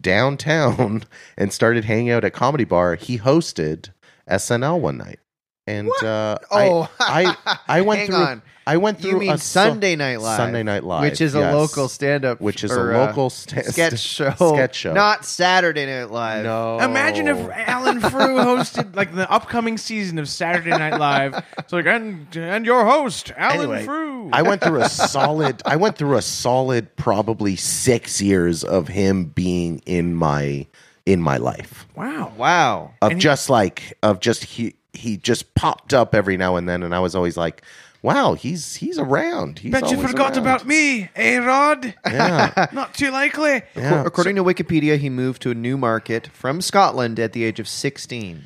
Speaker 4: downtown and started hanging out at Comedy Bar, he hosted SNL one night. And uh,
Speaker 2: Oh.
Speaker 4: I, I, I went
Speaker 2: Hang
Speaker 4: through.
Speaker 2: on.
Speaker 4: I went through.
Speaker 2: You mean
Speaker 4: a so-
Speaker 2: Sunday Night Live?
Speaker 4: Sunday Night Live,
Speaker 2: which is
Speaker 4: yes.
Speaker 2: a local stand-up,
Speaker 4: which is
Speaker 2: or,
Speaker 4: a
Speaker 2: uh,
Speaker 4: local sta-
Speaker 2: sketch show,
Speaker 4: sta- sketch show.
Speaker 2: not Saturday Night Live.
Speaker 4: no.
Speaker 3: imagine
Speaker 4: Oh.
Speaker 3: if Alan Frew hosted like the upcoming season of Saturday Night Live. So like and and your host Alan
Speaker 4: Anyway,
Speaker 3: Frew.
Speaker 4: I went through a solid. I went through a solid, probably six years of him being in my in my life.
Speaker 3: wow.
Speaker 2: Wow.
Speaker 4: of just like of just he he just popped up every now and then, and I was always like, "Wow, he's he's around." He's
Speaker 3: Bet you
Speaker 4: always
Speaker 3: forgot
Speaker 4: around.
Speaker 3: about me, A Rod.
Speaker 4: Yeah,
Speaker 3: Not too likely.
Speaker 4: yeah.
Speaker 2: According to Wikipedia, he moved to a new market from Scotland at the age of 16.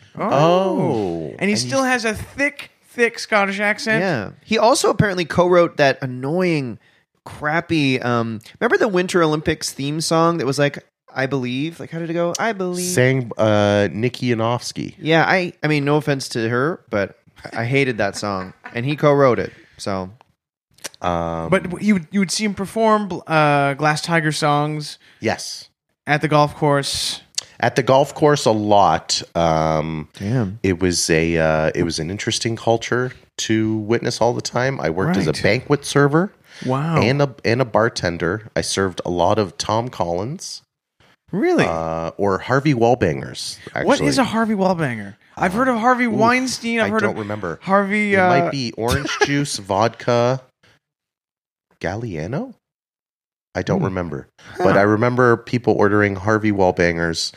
Speaker 4: Oh,
Speaker 3: And he still has a thick, thick Scottish accent.
Speaker 2: Yeah. He also apparently co-wrote that annoying, crappy. Um, remember the Winter Olympics theme song that was like, "I believe." Like, how did it go? I believe.
Speaker 4: sang uh, Nikki Yanofsky.
Speaker 2: Yeah. I. I mean, no offense to her, but I hated that song, and he co-wrote it. So
Speaker 4: Um,
Speaker 3: But you would, you would see him perform uh, Glass Tiger songs
Speaker 4: yes,
Speaker 3: at the golf course.
Speaker 4: at the golf course a lot. Um,
Speaker 2: Damn.
Speaker 4: it was a uh, it was an interesting culture to witness all the time. I worked as a
Speaker 3: Right. Oh.
Speaker 4: banquet server
Speaker 3: Wow.
Speaker 4: and a and a bartender. I served a lot of Tom Collins
Speaker 3: really?
Speaker 4: uh, or Harvey Wallbangers. Actually. uh,
Speaker 3: what is a Harvey Wallbanger? I've heard of Harvey Weinstein. I've
Speaker 4: I
Speaker 3: heard
Speaker 4: don't
Speaker 3: of
Speaker 4: remember.
Speaker 3: Harvey.
Speaker 4: It
Speaker 3: Uh,
Speaker 4: might be orange juice, vodka, Galliano. I
Speaker 3: Hmm.
Speaker 4: don't remember, but I remember people ordering Harvey Wallbangers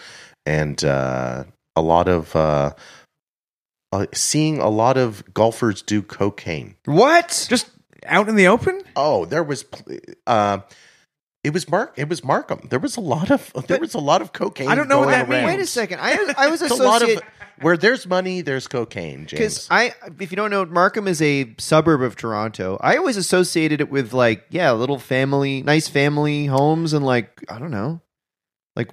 Speaker 4: and uh, a lot of uh, uh, seeing a lot of golfers do cocaine.
Speaker 2: What?
Speaker 3: just out in the open.
Speaker 4: Oh, there was. pl- Uh, it was Mark. It was Markham. There was a lot of. There was a lot of cocaine.
Speaker 3: I don't know what
Speaker 4: going
Speaker 3: that means.
Speaker 4: around.
Speaker 2: Wait a second. I I was
Speaker 4: It's a lot
Speaker 2: associated
Speaker 4: of where there's money, there's cocaine.
Speaker 2: because
Speaker 4: James.
Speaker 2: I if you don't know Markham is a suburb of Toronto. I always associated it with like yeah, little family, nice family homes and like I don't know. Like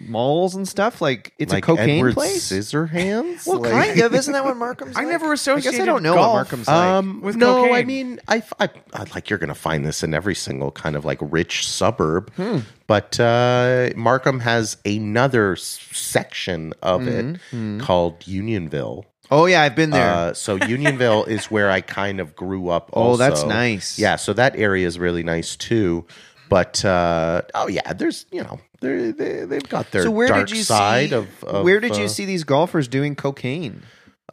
Speaker 2: malls and stuff. Like it's
Speaker 4: Like
Speaker 2: a cocaine
Speaker 4: Edward
Speaker 2: place.
Speaker 4: Scissorhands.
Speaker 2: well,
Speaker 4: Like-
Speaker 2: kind of. Isn't that what Markham's?
Speaker 3: I
Speaker 2: like?
Speaker 3: never
Speaker 2: I guess
Speaker 3: associated.
Speaker 2: I don't know
Speaker 3: golf. um,
Speaker 2: what Markham's like.
Speaker 3: with
Speaker 4: Um, no, I
Speaker 3: cocaine.
Speaker 4: mean, I, I, I- like you're going to find this in every single kind of like rich suburb,
Speaker 2: Hmm.
Speaker 4: but uh, Markham has another s- section of it called Unionville.
Speaker 2: oh yeah, I've been Mm-hmm. Hmm. there.
Speaker 4: Uh, so Unionville is where I kind of grew up.
Speaker 2: Oh, that's
Speaker 4: also.
Speaker 2: nice.
Speaker 4: Yeah, so that area is really nice too. But uh, oh yeah, there's you know they're- they they've got their
Speaker 2: so where
Speaker 4: dark
Speaker 2: did you
Speaker 4: side
Speaker 2: see?
Speaker 4: of, of,
Speaker 2: where did you
Speaker 4: uh,
Speaker 2: see these golfers doing cocaine?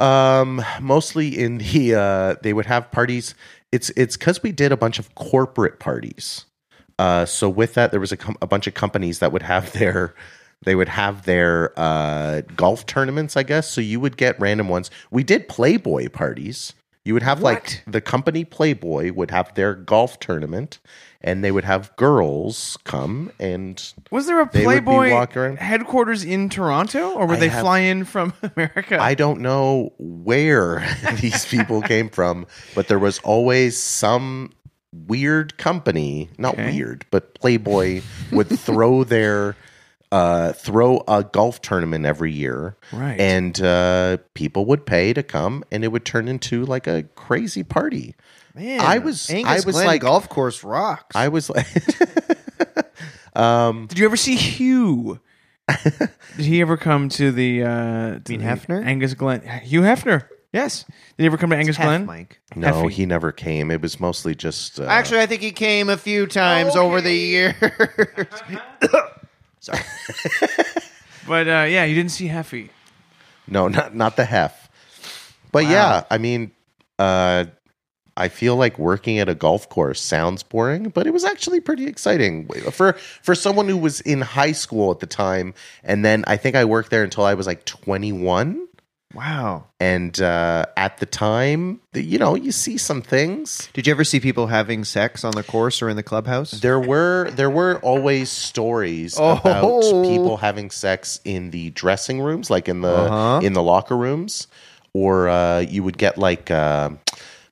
Speaker 4: um, mostly in the uh, they would have parties. It's it's because we did a bunch of corporate parties. Uh, so with that, there was a, com- a bunch of companies that would have their they would have their uh, golf tournaments, I guess. So you would get random ones. We did Playboy parties. You would have like the company Playboy would have their golf tournament, and they would have girls come and
Speaker 3: Was there a
Speaker 4: They would be
Speaker 3: Playboy
Speaker 4: walking around.
Speaker 3: headquarters in Toronto, or were
Speaker 4: I
Speaker 3: they
Speaker 4: have-
Speaker 3: fly in from America?
Speaker 4: I don't know where these people came from, but there was always some weird company, not
Speaker 3: Okay.
Speaker 4: weird, but Playboy would throw their uh throw a golf tournament every year.
Speaker 3: Right.
Speaker 4: And uh people would pay to come and it would turn into like a crazy party.
Speaker 2: Man,
Speaker 4: I was-
Speaker 2: Angus
Speaker 4: I was
Speaker 2: Glen
Speaker 4: like-
Speaker 2: golf course rocks.
Speaker 4: I was like
Speaker 3: Did you ever see Hugh? Did he ever come to the? Uh, to
Speaker 2: mean
Speaker 3: the
Speaker 2: Hefner?
Speaker 3: Angus Glenn. Hugh Hefner. Yes. Did he ever come to Angus
Speaker 2: Hef,
Speaker 3: Glenn?
Speaker 2: Mike.
Speaker 4: no,
Speaker 3: Effie.
Speaker 4: he never came. It was mostly just uh,
Speaker 2: Actually, I think he came a few times over the years.
Speaker 3: But uh, yeah, you didn't see Heffy.
Speaker 4: No, not not the hef. But yeah, I mean, uh, I feel like working at a golf course sounds boring, but it was actually pretty exciting for for someone who was in high school at the time. And then I think I worked there until I was like twenty one.
Speaker 2: wow.
Speaker 4: And uh, at the time, the- you know, you see some things.
Speaker 2: Did you ever see people having sex on the course or in the clubhouse?
Speaker 4: There were there were always stories
Speaker 2: Oh.
Speaker 4: about people having sex in the dressing rooms, like in the
Speaker 2: Uh-huh.
Speaker 4: in the locker rooms, or uh, you would get like uh,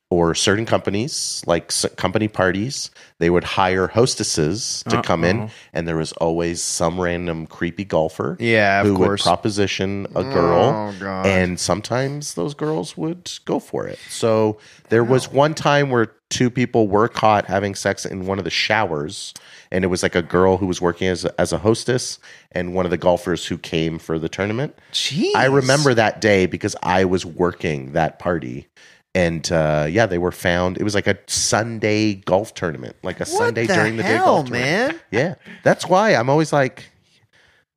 Speaker 4: or certain companies, like s- company parties, they would hire hostesses to come in, and there was always some random creepy golfer,
Speaker 2: Yeah, of
Speaker 4: who
Speaker 2: course.
Speaker 4: would proposition a girl,
Speaker 2: Oh, God.
Speaker 4: and sometimes those girls would go for it. So there was one time where two people were caught having sex in one of the showers, and it was like a girl who was working as a, as a hostess and one of the golfers who came for the tournament.
Speaker 2: Jeez.
Speaker 4: I remember that day because I was working that party. And uh, yeah, they were found. It was like a Sunday golf tournament, like a
Speaker 2: What
Speaker 4: Sunday
Speaker 2: the
Speaker 4: during the day
Speaker 2: hell,
Speaker 4: golf tournament.
Speaker 2: man.
Speaker 4: Yeah, that's why I'm always like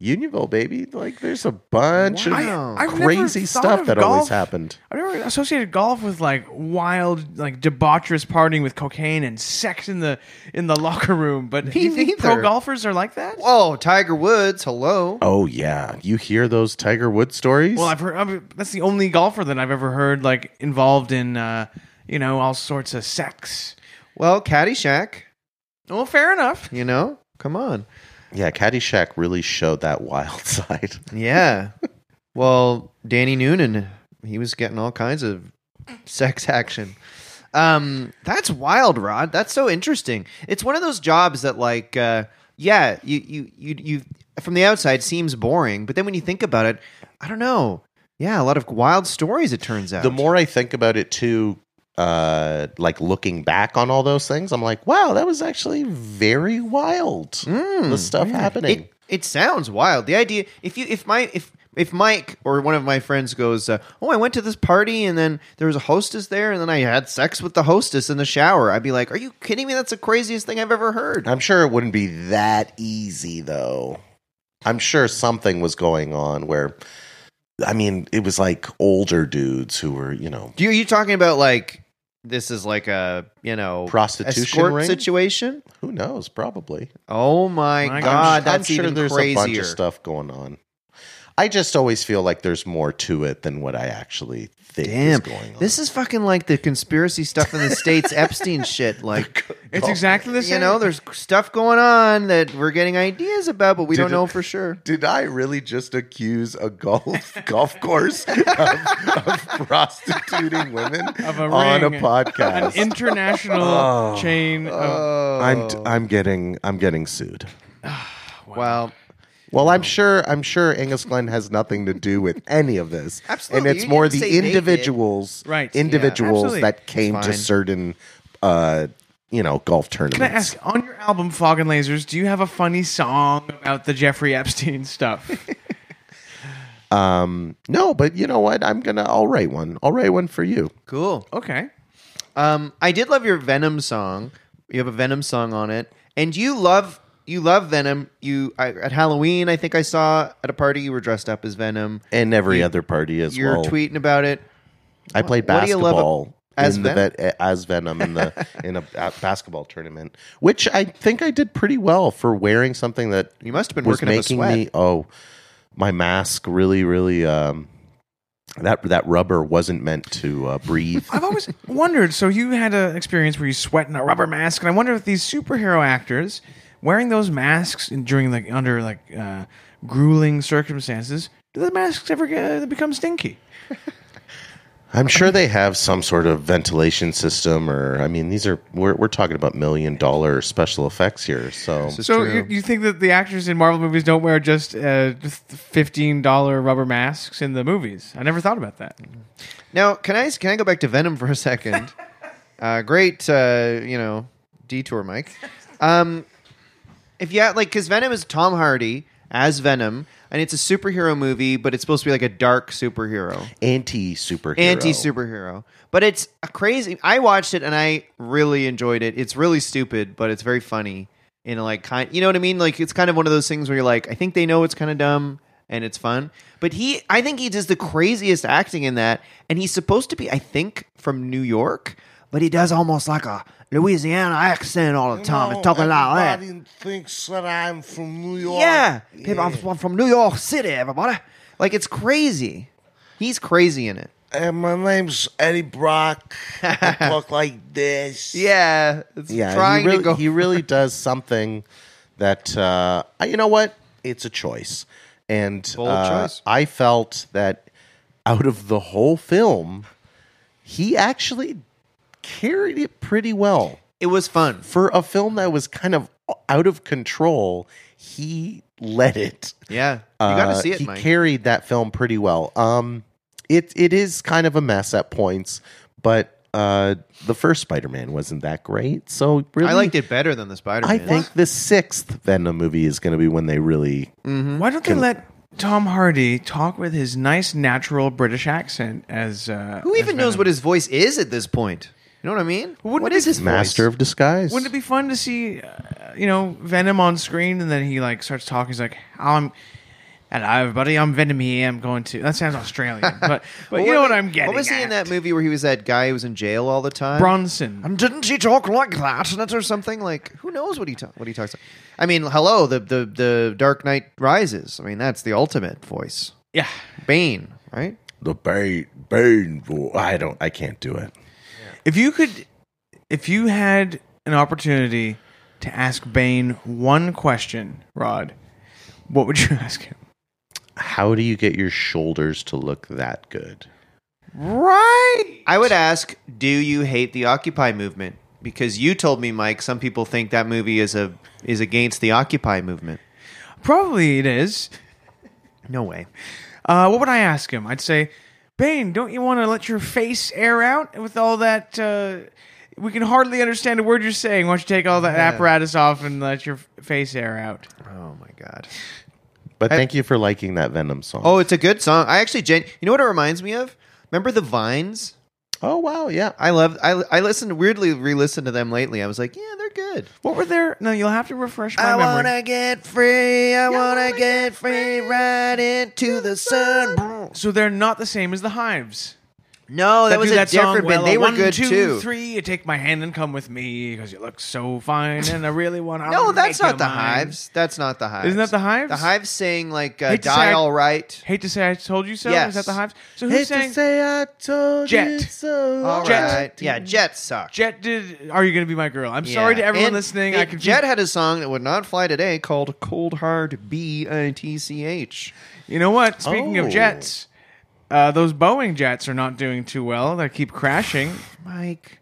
Speaker 4: Unionville, baby. Like, there's a bunch
Speaker 2: Wow.
Speaker 4: of
Speaker 3: I've never
Speaker 4: crazy
Speaker 3: thought
Speaker 4: stuff
Speaker 3: of
Speaker 4: that always
Speaker 3: golf.
Speaker 4: happened.
Speaker 3: I've never associated golf with like wild, like debaucherous partying with cocaine and sex in the in the locker room. But do you think
Speaker 2: neither.
Speaker 3: pro golfers are like that?
Speaker 2: Whoa, Tiger Woods. Hello.
Speaker 4: Oh yeah, you hear those Tiger Woods stories?
Speaker 3: Well, I've heard I've, that's the only golfer that I've ever heard like involved in uh, you know all sorts of sex.
Speaker 2: Well, Caddyshack.
Speaker 3: Well, fair enough.
Speaker 2: You know, come on.
Speaker 4: yeah, Caddyshack really showed that wild side.
Speaker 2: Yeah. well, Danny Noonan, he was getting all kinds of sex action. Um, that's wild, Rod. That's so interesting. It's one of those jobs that, like, uh, yeah, you, you, you, you, from the outside seems boring, but then when you think about it, I don't know. Yeah, a lot of wild stories. It turns out.
Speaker 4: The more I think about it, too, uh, like looking back on
Speaker 3: Hmm.
Speaker 4: all those things, I'm like, wow, that was actually very wild. the stuff happening.
Speaker 2: it, It sounds wild. The idea if you if my if if Mike or one of my friends goes, uh, "Oh, I went to this party and then there was a hostess there and then I had sex with the hostess in the shower." I'd be like, "Are you kidding me? That's the craziest thing I've ever heard."
Speaker 4: I'm sure it wouldn't be that easy, though. I'm sure something was going on where, I mean, it was like older dudes who were, you know,
Speaker 2: Do you, are you talking about like this is like a, you know,
Speaker 4: Prostitution
Speaker 2: escort
Speaker 4: ring?
Speaker 2: situation?
Speaker 4: who knows, probably.
Speaker 2: Oh my,
Speaker 3: My
Speaker 2: god,
Speaker 4: I'm
Speaker 2: that's
Speaker 4: sure
Speaker 2: even
Speaker 4: there's
Speaker 2: crazier.
Speaker 4: a bunch of stuff going on. I just always feel like there's more to it than what I actually think
Speaker 2: Damn.
Speaker 4: is going on.
Speaker 2: This is fucking like the conspiracy stuff in the states Epstein shit like
Speaker 3: It's exactly the same.
Speaker 2: you know, there's stuff going on that we're getting ideas about, but we
Speaker 4: Did
Speaker 2: don't
Speaker 4: it-
Speaker 2: know for sure.
Speaker 4: Did I really just accuse a golf golf course of, of prostituting women
Speaker 3: a
Speaker 4: on a
Speaker 3: ring. an
Speaker 4: podcast?
Speaker 3: international
Speaker 4: Oh.
Speaker 3: chain of
Speaker 4: I'm I'm getting I'm getting sued.
Speaker 2: Well,
Speaker 4: Well, I'm sure I'm sure Angus Glenn has nothing to do with any of this.
Speaker 2: Absolutely,
Speaker 4: and
Speaker 2: you
Speaker 4: it's more
Speaker 2: didn't
Speaker 4: the
Speaker 2: say naked.
Speaker 4: individuals,
Speaker 3: Right, yeah,
Speaker 4: Individuals
Speaker 3: absolutely.
Speaker 4: that came to
Speaker 2: Fine.
Speaker 4: certain, uh, you know, golf tournaments.
Speaker 3: Can I ask on your album Fog and Lasers, do you have a funny song about the Jeffrey Epstein stuff?
Speaker 4: Um, no, but you know what? I'm gonna. I'll write one. I'll write one for you.
Speaker 2: cool.
Speaker 3: okay.
Speaker 2: Um, I did love your Venom song. You have a Venom song on it, and you love you love Venom. You I, at Halloween, I think I saw at a party you were dressed up as Venom.
Speaker 4: And every other party as
Speaker 2: You're
Speaker 4: well.
Speaker 2: tweeting about it.
Speaker 4: I played
Speaker 2: what do you love
Speaker 4: basketball
Speaker 2: ab- as
Speaker 4: in the
Speaker 2: Venom?
Speaker 4: vet- eh, as Venom in the in a, a basketball tournament, which I think I did pretty well for wearing something that
Speaker 2: You must have been
Speaker 4: was
Speaker 2: working up a
Speaker 4: making
Speaker 2: sweat.
Speaker 4: me oh my mask really really um that that rubber wasn't meant to uh, breathe.
Speaker 3: I've always wondered. So you had an experience where you sweat in a rubber mask, and I wonder if these superhero actors wearing those masks in- during like under like uh, grueling circumstances, do the masks ever get, become stinky?
Speaker 4: I'm sure they have some sort of ventilation system, or I mean, these are we're we're talking about million dollar special effects here, so.
Speaker 2: This is
Speaker 3: so
Speaker 2: true.
Speaker 3: you, you think that the actors in Marvel movies don't wear just uh, fifteen dollar rubber masks in the movies? I never thought about that.
Speaker 2: Mm-hmm. Now, can I can I go back to Venom for a second? uh, great, uh, you know, detour, Mike. Um, if yeah, like because Venom is Tom Hardy as Venom, and it's a superhero movie, but it's supposed to be like a dark superhero,
Speaker 4: anti superhero.
Speaker 2: anti superhero. But it's a crazy. I watched it and I really enjoyed it. It's really stupid, but it's very funny. In a, like kind, you know what I mean? Like it's kind of one of those things where you're like, I think they know it's kind of dumb and it's fun. But he, I think he does the craziest acting in that, and he's supposed to be, I think, from New York, but he does almost like a Louisiana accent all the time. He's talking like that.
Speaker 4: thinks that I'm from New York.
Speaker 2: Yeah, People, I'm I'm from New York City, everybody. Like it's crazy. He's crazy in it.
Speaker 4: And my name's Eddie Brock. I talk like this.
Speaker 2: Yeah, it's
Speaker 4: Yeah.
Speaker 2: trying
Speaker 4: he really,
Speaker 2: to go.
Speaker 4: he really does something that uh, I- you know what? It's a choice, and
Speaker 2: Bold
Speaker 4: uh,
Speaker 2: choice.
Speaker 4: I felt that out of the whole film, he actually carried it pretty well
Speaker 2: it was fun.
Speaker 4: for a film that was kind of out of control. He led it.
Speaker 2: Yeah, you got to
Speaker 4: Uh,
Speaker 2: see it,
Speaker 4: He
Speaker 2: Mike.
Speaker 4: carried that film pretty well. Um, it it is kind of a mess at points, but uh, the first Spider-Man wasn't that great. So really,
Speaker 2: I liked it better than the Spider Man.
Speaker 4: I think the sixth Venom movie is going to be when they really.
Speaker 3: Why don't they let Tom Hardy talk with his nice natural British accent as uh,
Speaker 2: Who
Speaker 3: as
Speaker 2: even knows
Speaker 3: Venom?
Speaker 2: what his voice is at this point? You know what I mean?
Speaker 3: Wouldn't
Speaker 2: what
Speaker 3: it
Speaker 2: is
Speaker 3: be
Speaker 2: his
Speaker 4: Master
Speaker 2: voice?
Speaker 4: of disguise.
Speaker 3: Wouldn't it be fun to see, uh, you know, Venom on screen and then he like starts talking? He's like, "I'm, hello everybody, I'm Venom here. I'm going to." That sounds Australian, but but you know what I'm getting.
Speaker 2: What was he in
Speaker 3: at.
Speaker 2: that movie where he was that guy who was in jail all the time?
Speaker 3: Bronson.
Speaker 2: And didn't he talk like that or something? Like who knows what he ta- what he talks like? I mean, hello, the the the Dark Knight Rises. I mean, that's the ultimate voice.
Speaker 3: yeah,
Speaker 2: Bane, right?
Speaker 4: the Bane? Bane. vo- I don't. I can't do it.
Speaker 3: if you could, if you had an opportunity to ask Bane one question, Rod, what would you ask him?
Speaker 4: How do you get your shoulders to look that good?
Speaker 3: Right.
Speaker 2: I would ask, do you hate the Occupy movement? Because you told me, Mike, some people think that movie is a is against the Occupy movement.
Speaker 3: Probably it is.
Speaker 2: No way.
Speaker 3: Uh, what would I ask him? I'd say, Bane, don't you want to let your face air out with all that? Uh, we can hardly understand a word you're saying. Why don't you take all that apparatus off and let your f- face air out?
Speaker 2: Oh my god.
Speaker 4: But thank you for liking that Venom song.
Speaker 2: Oh, it's a good song. I actually, gen- you know what it reminds me of? Remember the Vines?
Speaker 4: oh wow, yeah.
Speaker 2: I love. I I listened weirdly re-listened to them lately. I was like, yeah, they're good.
Speaker 3: What were there? No, you'll have to refresh my
Speaker 2: I
Speaker 3: memory.
Speaker 2: wanna get free. I wanna get free. Right into the sun.
Speaker 3: So they're not the same as the Hives.
Speaker 2: No, that,
Speaker 3: do
Speaker 2: was a
Speaker 3: song,
Speaker 2: different
Speaker 3: well,
Speaker 2: band. They
Speaker 3: a
Speaker 2: were
Speaker 3: one,
Speaker 2: good
Speaker 3: two,
Speaker 2: too.
Speaker 3: Three, you take my hand and come with me because you look so fine, and I really want to.
Speaker 2: No, that's
Speaker 3: make
Speaker 2: not
Speaker 3: you
Speaker 2: the
Speaker 3: mine.
Speaker 2: Hives. That's not the Hives.
Speaker 3: Isn't that the Hives?
Speaker 2: The Hives saying like uh,
Speaker 3: Hate to say
Speaker 2: "Die
Speaker 3: I-
Speaker 2: All Right."
Speaker 3: Hate to say I told you so.
Speaker 2: Yes.
Speaker 3: Is that the Hives? So who sang?
Speaker 4: say I told
Speaker 3: Jet.
Speaker 4: so.
Speaker 2: All right.
Speaker 3: Jet.
Speaker 2: Yeah, Jet sucked.
Speaker 3: Jet did. Are you going to be my girl? I'm sorry
Speaker 2: Yeah.
Speaker 3: to everyone
Speaker 2: And
Speaker 3: listening.
Speaker 2: it-
Speaker 3: I could
Speaker 2: Jet had a song that would not fly today called "Cold Hard B I T C H."
Speaker 3: You know what? Speaking
Speaker 4: Oh.
Speaker 3: of jets, uh, those Boeing jets are not doing too well. They keep crashing.
Speaker 2: Mike,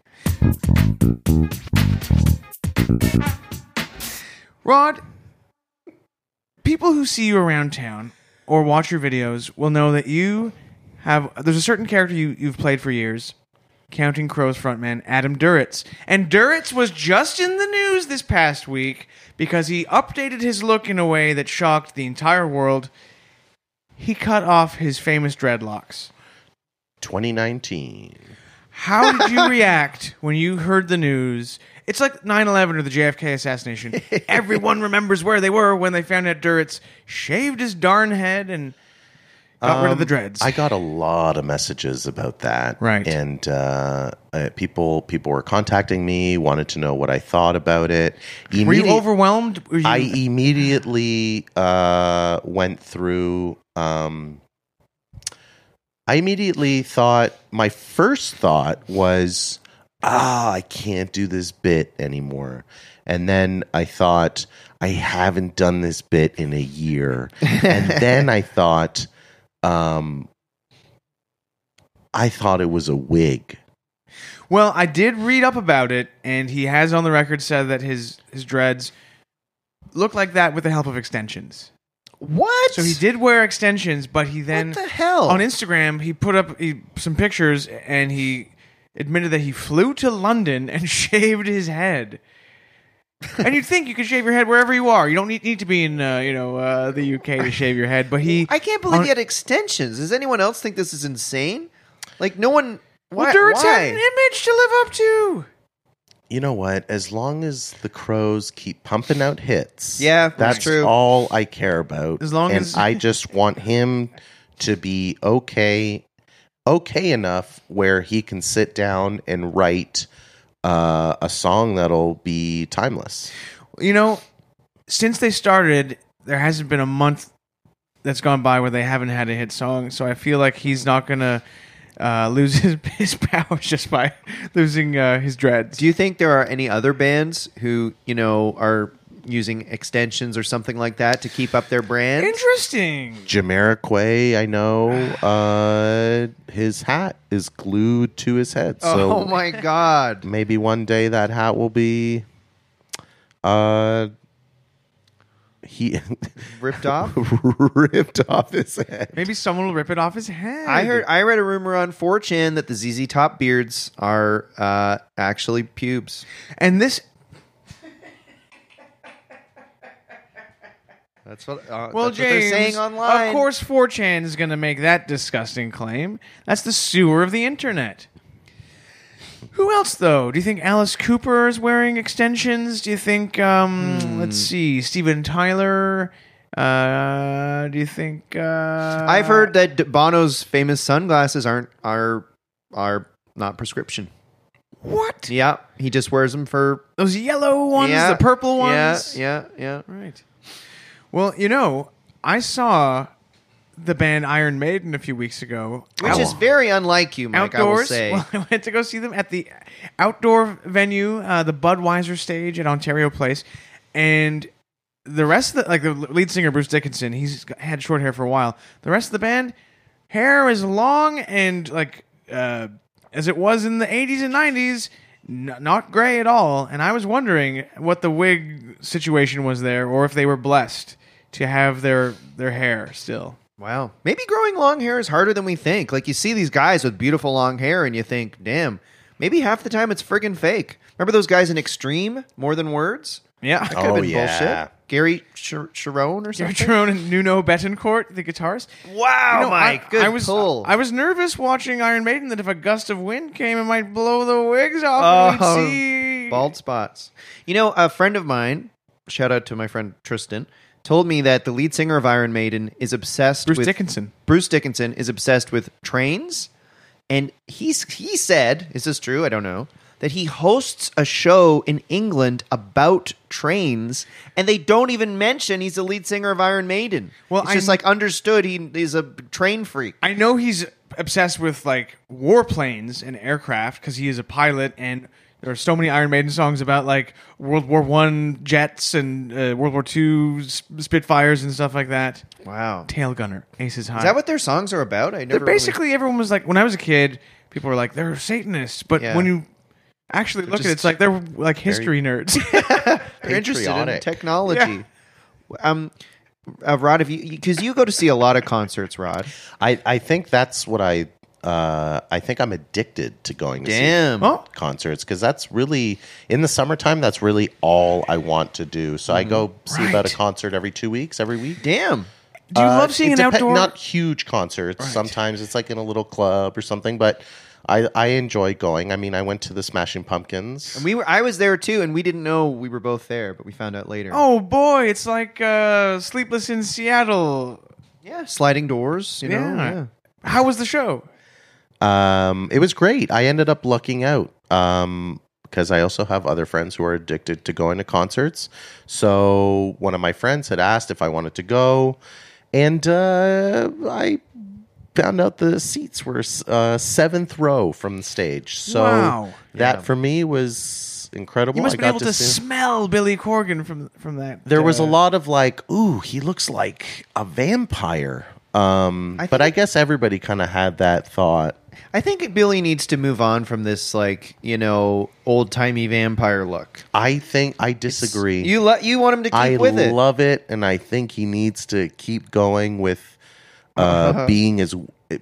Speaker 3: Rod, people who see you around town or watch your videos will know that you have. There's a certain character you, you've played for years, Counting Crows frontman Adam Duritz. And Duritz was just in the news this past week because he updated his look in a way that shocked the entire world. He cut off his famous dreadlocks.
Speaker 4: 2019.
Speaker 3: How did you react when you heard the news? It's like 9 11 or the JFK assassination. Everyone remembers where they were when they found out Duritz shaved his darn head and got rid of the
Speaker 4: Um,
Speaker 3: dreads.
Speaker 4: I got a lot of messages about that.
Speaker 3: Right.
Speaker 4: And uh, uh, people people were contacting me, wanted to know what I thought about it.
Speaker 3: were you
Speaker 4: Immedi-
Speaker 3: overwhelmed? Were you,
Speaker 4: I e- immediately uh, went through. Um, I immediately thought my first thought was, "Ah, I can't do this bit anymore," and then I thought, "I haven't done this bit in a year," and then I thought, um, "I thought it was a wig."
Speaker 3: well, I did read up about it, and he has on the record said that his, his dreads look like that with the help of extensions.
Speaker 2: what?
Speaker 3: So he did wear extensions, but he then
Speaker 2: What the hell?
Speaker 3: on Instagram, he put up he, some pictures and he admitted that he flew to London and shaved his head. and you'd think you could shave your head wherever you are. You don't need, need to be in uh, you know uh, the UK to shave your head, but he
Speaker 2: I can't believe
Speaker 3: on-
Speaker 2: he had extensions. Does anyone else think this is insane? Like no one.
Speaker 3: well,
Speaker 2: Why?
Speaker 3: Duritz had an
Speaker 2: why?
Speaker 3: image to live up to.
Speaker 4: You know what? As long as the crows keep pumping out hits,
Speaker 2: Yeah,
Speaker 4: that's
Speaker 2: that's true.
Speaker 4: all I care about.
Speaker 3: As long
Speaker 4: and
Speaker 3: as-
Speaker 4: I just want him to be okay, okay enough where he can sit down and write uh, a song that'll be timeless.
Speaker 3: You know, since they started, there hasn't been a month that's gone by where they haven't had a hit song. So I feel like he's not gonna uh, lose his his powers just by losing uh, his dreads.
Speaker 2: Do you think there are any other bands who you know are using extensions or something like that to keep up their brand?
Speaker 3: Interesting.
Speaker 4: Jamiroquai, I know, uh, his hat is glued to his head. So
Speaker 2: oh my god!
Speaker 4: maybe one day that hat will be uh he
Speaker 2: Ripped off.
Speaker 4: ripped off his head
Speaker 3: Maybe someone will rip it off his head.
Speaker 2: I heard. I read a rumor on 4chan that the ZZ Top beards are uh, actually pubes.
Speaker 3: And this,
Speaker 2: That's what. Uh,
Speaker 3: well,
Speaker 2: that's what
Speaker 3: James,
Speaker 2: they're saying online.
Speaker 3: of course, 4chan is going to make that disgusting claim. That's the sewer of the internet. Who else, though? Do you think Alice Cooper is wearing extensions? Do you think, um,
Speaker 2: Hmm.
Speaker 3: let's see, Steven Tyler? Uh, do you think? Uh,
Speaker 2: I've heard that D- Bono's famous sunglasses aren't are are not prescription.
Speaker 3: what
Speaker 2: Yeah, he just wears them for
Speaker 3: those yellow ones,
Speaker 2: yeah,
Speaker 3: the purple ones.
Speaker 2: Yeah, yeah, yeah.
Speaker 3: Right. Well, you know, I saw the band Iron Maiden a few weeks ago.
Speaker 2: Which
Speaker 3: Out-
Speaker 2: is very unlike you, Mike. I will
Speaker 3: outdoors.
Speaker 2: say.
Speaker 3: Well, I went to go see them at the outdoor venue, uh, the Budweiser stage at Ontario Place, and the rest of the like the lead singer Bruce Dickinson, he's got- had short hair for a while. The rest of the band, hair is long and like uh, as it was in the '80s and '90s. n- Not gray at all, and I was wondering what the wig situation was there, or if they were blessed to have their their hair still.
Speaker 2: wow. Maybe growing long hair is harder than we think. Like you see these guys with beautiful long hair, and you think, "Damn, Maybe half the time it's friggin' fake. Remember those guys in Extreme? More than words?
Speaker 3: Yeah.
Speaker 2: Could have
Speaker 4: Oh,
Speaker 2: been
Speaker 4: yeah.
Speaker 2: bullshit. Gary Sh- Sharon or something.
Speaker 3: Tyrone and Nuno Betancourt, the guitarist.
Speaker 2: Wow,
Speaker 3: You know,
Speaker 2: Mike.
Speaker 3: I,
Speaker 2: good
Speaker 3: I was
Speaker 2: pull.
Speaker 3: I was nervous watching Iron Maiden that if a gust of wind came, it might blow the wigs off.
Speaker 2: Oh,
Speaker 3: and we'd see
Speaker 2: bald spots. You know, a friend of mine, shout out to my friend Tristan, told me that the lead singer of Iron Maiden is obsessed
Speaker 3: Bruce
Speaker 2: with
Speaker 3: Dickinson.
Speaker 2: Bruce Dickinson is obsessed with trains, and he's he said, is this true? I don't know. That he hosts a show in England about trains, and they don't even mention he's the lead singer of Iron Maiden.
Speaker 3: Well,
Speaker 2: it's just
Speaker 3: I'm-
Speaker 2: like understood he is a train freak.
Speaker 3: I know he's obsessed with like warplanes and aircraft because he is a pilot, and there are so many Iron Maiden songs about like World War One jets and uh, World War Two Spitfires and stuff like that.
Speaker 2: Wow, is
Speaker 3: Tail gunner, aces high.
Speaker 2: that what their songs are about? I never
Speaker 3: They're
Speaker 2: really-
Speaker 3: basically everyone was like when I was a kid, people were like they're Satanists, but
Speaker 2: Yeah.
Speaker 3: when you actually look at it,
Speaker 2: just
Speaker 3: it's like they're like history nerds.
Speaker 2: They're interested in
Speaker 4: patriotic.
Speaker 2: technology. Um, uh, Rod, if you because you go to see a lot of concerts, Rod.
Speaker 4: I, I think that's what I uh, I think I'm addicted to going to
Speaker 2: Damn.
Speaker 4: see Oh. concerts because that's really in the summertime. That's really all I want to do. So I go see about a
Speaker 3: Mm. Right.
Speaker 4: concert every two weeks, every week.
Speaker 2: Damn.
Speaker 3: Do you
Speaker 4: Uh,
Speaker 3: love seeing
Speaker 4: it
Speaker 3: an
Speaker 4: depe-
Speaker 3: outdoor?
Speaker 4: Not huge concerts. Sometimes it's like in a little club or something, but. I, I enjoy going. I mean, I went to the Smashing Pumpkins.
Speaker 2: And we were. I was there too, and we didn't know we were both there, but we found out later.
Speaker 3: oh boy, it's like uh, Sleepless in Seattle.
Speaker 2: yeah, sliding doors. You know.
Speaker 3: Yeah.
Speaker 2: yeah.
Speaker 3: How was the show?
Speaker 4: Um, it was great. I ended up lucking out um, because I also have other friends who are addicted to going to concerts. So one of my friends had asked if I wanted to go, and uh, I found out the seats were uh, seventh row from the stage. So
Speaker 3: Wow.
Speaker 4: that for me was incredible.
Speaker 3: You must
Speaker 4: Oh, I
Speaker 3: have been able to,
Speaker 4: see-
Speaker 3: smell Billy Corgan from from that.
Speaker 4: there was a
Speaker 3: uh,
Speaker 4: lot of like, ooh, he looks like a vampire. Um, but I guess everybody kind of had that thought.
Speaker 2: I think Billy needs to move on from this, like you know, old timey vampire look.
Speaker 4: I think I disagree.
Speaker 2: You lo- you want him to keep
Speaker 4: I
Speaker 2: with it.
Speaker 4: love it. and I think he needs to keep going with uh, being as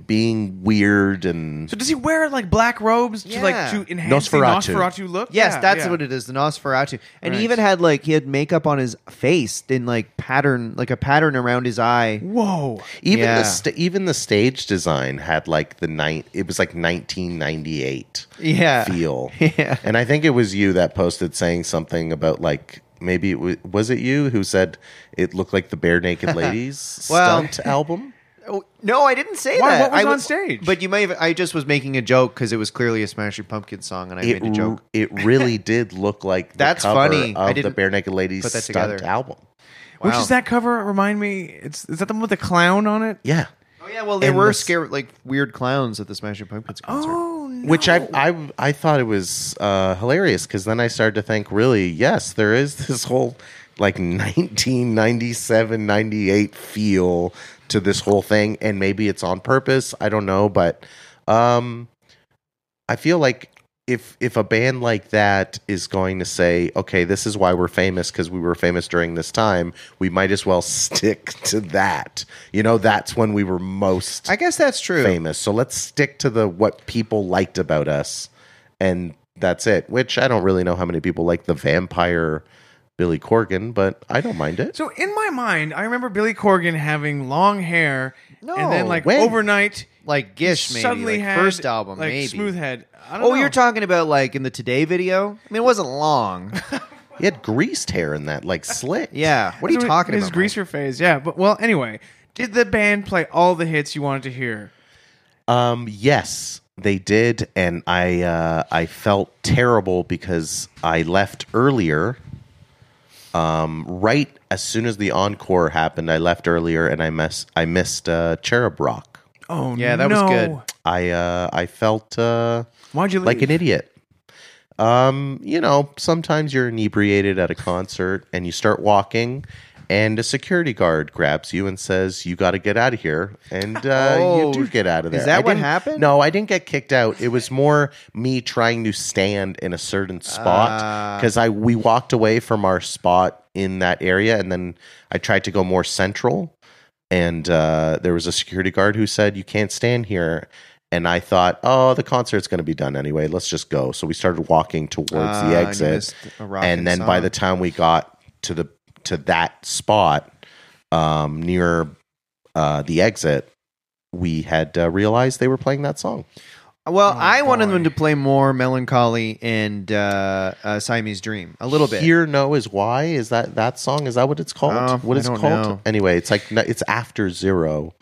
Speaker 4: being weird and
Speaker 3: So does he wear like black robes to
Speaker 2: Yeah.
Speaker 3: like to enhance
Speaker 4: Nosferatu.
Speaker 3: the Nosferatu look?
Speaker 2: Yes,
Speaker 3: Yeah,
Speaker 2: that's
Speaker 3: yeah.
Speaker 2: what it is. The Nosferatu, and he
Speaker 3: Right.
Speaker 2: even had like he had makeup on his face in like pattern, like a pattern around his eye.
Speaker 3: Whoa!
Speaker 4: even
Speaker 2: Yeah.
Speaker 4: the st- even the stage design had like the night. It was like 1998
Speaker 2: Yeah.
Speaker 4: feel.
Speaker 2: Yeah.
Speaker 4: And I think it was you that posted saying something about like maybe it w- was it you who said it looked like the Bare Naked Ladies
Speaker 2: Well-
Speaker 4: stunt album.
Speaker 2: Oh, no, I didn't say
Speaker 3: Why,
Speaker 2: that.
Speaker 3: what was
Speaker 2: I
Speaker 3: on
Speaker 2: w-
Speaker 3: stage?
Speaker 2: But you may have. I just was making a joke because it was clearly a Smashing Pumpkin song, and I
Speaker 4: It
Speaker 2: made a joke.
Speaker 4: r- it really did look like the
Speaker 2: That's
Speaker 4: cover
Speaker 2: funny.
Speaker 4: of
Speaker 2: I
Speaker 4: the
Speaker 2: didn't
Speaker 4: Bare Naked Ladies
Speaker 2: put that
Speaker 4: stunt
Speaker 2: together.
Speaker 4: album.
Speaker 3: Which
Speaker 2: Wow.
Speaker 3: is that cover? Remind me. It's is that the one with the clown on it?
Speaker 4: Yeah.
Speaker 2: Oh yeah, well they
Speaker 4: And
Speaker 2: were
Speaker 4: this-
Speaker 2: scared like weird clowns at the Smashing Pumpkins concert.
Speaker 3: Oh no!
Speaker 4: which I, I I thought it was uh, hilarious because then I started to think, really, yes, there is this whole like 1997, 98 feel to this whole thing, and maybe it's on purpose. I don't know, but um, I feel like if if a band like that is going to say, okay, this is why we're famous because we were famous during this time, we might as well stick to that. You know, that's when we were most
Speaker 2: I guess that's true.
Speaker 4: famous. So let's stick to the what people liked about us, and that's it. Which I don't really know how many people like the vampire Billy Corgan, but I don't mind it.
Speaker 3: So in my mind, I remember Billy Corgan having long hair, and
Speaker 2: No,
Speaker 3: then like
Speaker 4: when?
Speaker 3: overnight,
Speaker 2: Like Gish, maybe
Speaker 3: suddenly
Speaker 2: like,
Speaker 3: had
Speaker 2: first album,
Speaker 3: like
Speaker 2: maybe
Speaker 3: smooth head. I don't
Speaker 2: Oh,
Speaker 3: know.
Speaker 2: you're talking about like in the Today video. I mean, it wasn't long.
Speaker 4: He had greased hair in that, like slick.
Speaker 2: Uh, Yeah. What are you
Speaker 3: His-
Speaker 2: talking
Speaker 3: his
Speaker 2: about?
Speaker 3: greaser phase, yeah. But well, anyway, did the band play all the hits you wanted to hear?
Speaker 4: Um. Yes, they did, and I uh, I felt terrible because I left earlier. Um. Right as soon as the encore happened, I left earlier, and I mess I missed uh, Cherub Rock.
Speaker 3: Oh
Speaker 2: Yeah, that was
Speaker 3: no.
Speaker 2: good.
Speaker 4: I uh, I felt uh,
Speaker 3: Why'd you leave?
Speaker 4: like an idiot. Um, you know, sometimes you're inebriated at a concert and you start walking and a security guard grabs you and says, "You got to get out of here." And uh,
Speaker 2: Oh,
Speaker 4: you do get out of there.
Speaker 2: is that
Speaker 4: I
Speaker 2: what
Speaker 4: didn't-
Speaker 2: happened?
Speaker 4: No, I didn't get kicked out. It was more me trying to stand in a certain spot
Speaker 2: Ah.
Speaker 4: because I we walked away from our spot in that area and then I tried to go more central and uh, there was a security guard who said you can't stand here And I thought, oh, the concert's going to be done anyway. Let's just go. So we started walking towards
Speaker 2: Ah, and
Speaker 4: the
Speaker 2: you
Speaker 4: exit,
Speaker 2: missed a rock and
Speaker 4: then by
Speaker 2: song.
Speaker 4: the time we got to the to that spot um, near uh, the exit, we had uh, realized they were playing that song.
Speaker 2: Well,
Speaker 3: Oh,
Speaker 2: I wanted
Speaker 3: boy.
Speaker 2: them to play more melancholy and uh, uh, Siamese Dream a little bit.
Speaker 4: Here, no is why is that that song? Is that what it's called?
Speaker 2: Oh,
Speaker 4: what
Speaker 2: I
Speaker 4: it's
Speaker 2: don't
Speaker 4: called?
Speaker 2: know.
Speaker 4: Anyway, it's like it's after zero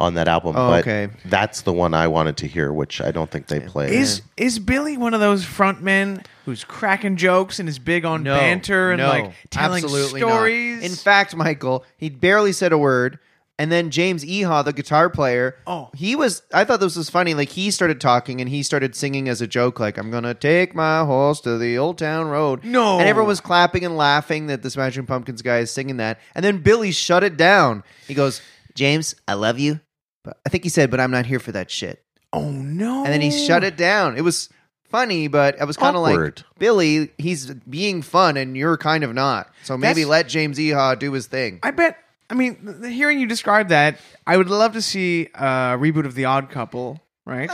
Speaker 4: on that album.
Speaker 2: Oh,
Speaker 4: but
Speaker 2: okay.
Speaker 4: that's the one I wanted to hear, which I don't think they played.
Speaker 3: Is is Billy one of those front men who's cracking jokes and is big on
Speaker 2: no
Speaker 3: banter and
Speaker 2: no,
Speaker 3: like telling
Speaker 2: absolutely not.
Speaker 3: stories?
Speaker 2: In fact, Michael, he barely said a word. And then James Eha, the guitar player,
Speaker 3: Oh.
Speaker 2: he was. I thought this was funny. Like he started talking and he started singing as a joke, like "I'm gonna take my horse to the old town road."
Speaker 3: No.
Speaker 2: and everyone was clapping and laughing that the Smashing Pumpkins guy is singing that. And then Billy shut it down. He goes, "James, I love you," but I think he said, "But I'm not here for that shit."
Speaker 3: oh no!
Speaker 2: and then he
Speaker 3: Oh.
Speaker 2: shut it down. It was funny, but I was kind of like
Speaker 4: Awkward.
Speaker 2: Billy. He's being fun, and you're kind of not. So maybe
Speaker 3: That's-
Speaker 2: let James Eha do his thing.
Speaker 3: I bet. I mean, th- hearing you describe that, I would love to see a reboot of The Odd Couple, right?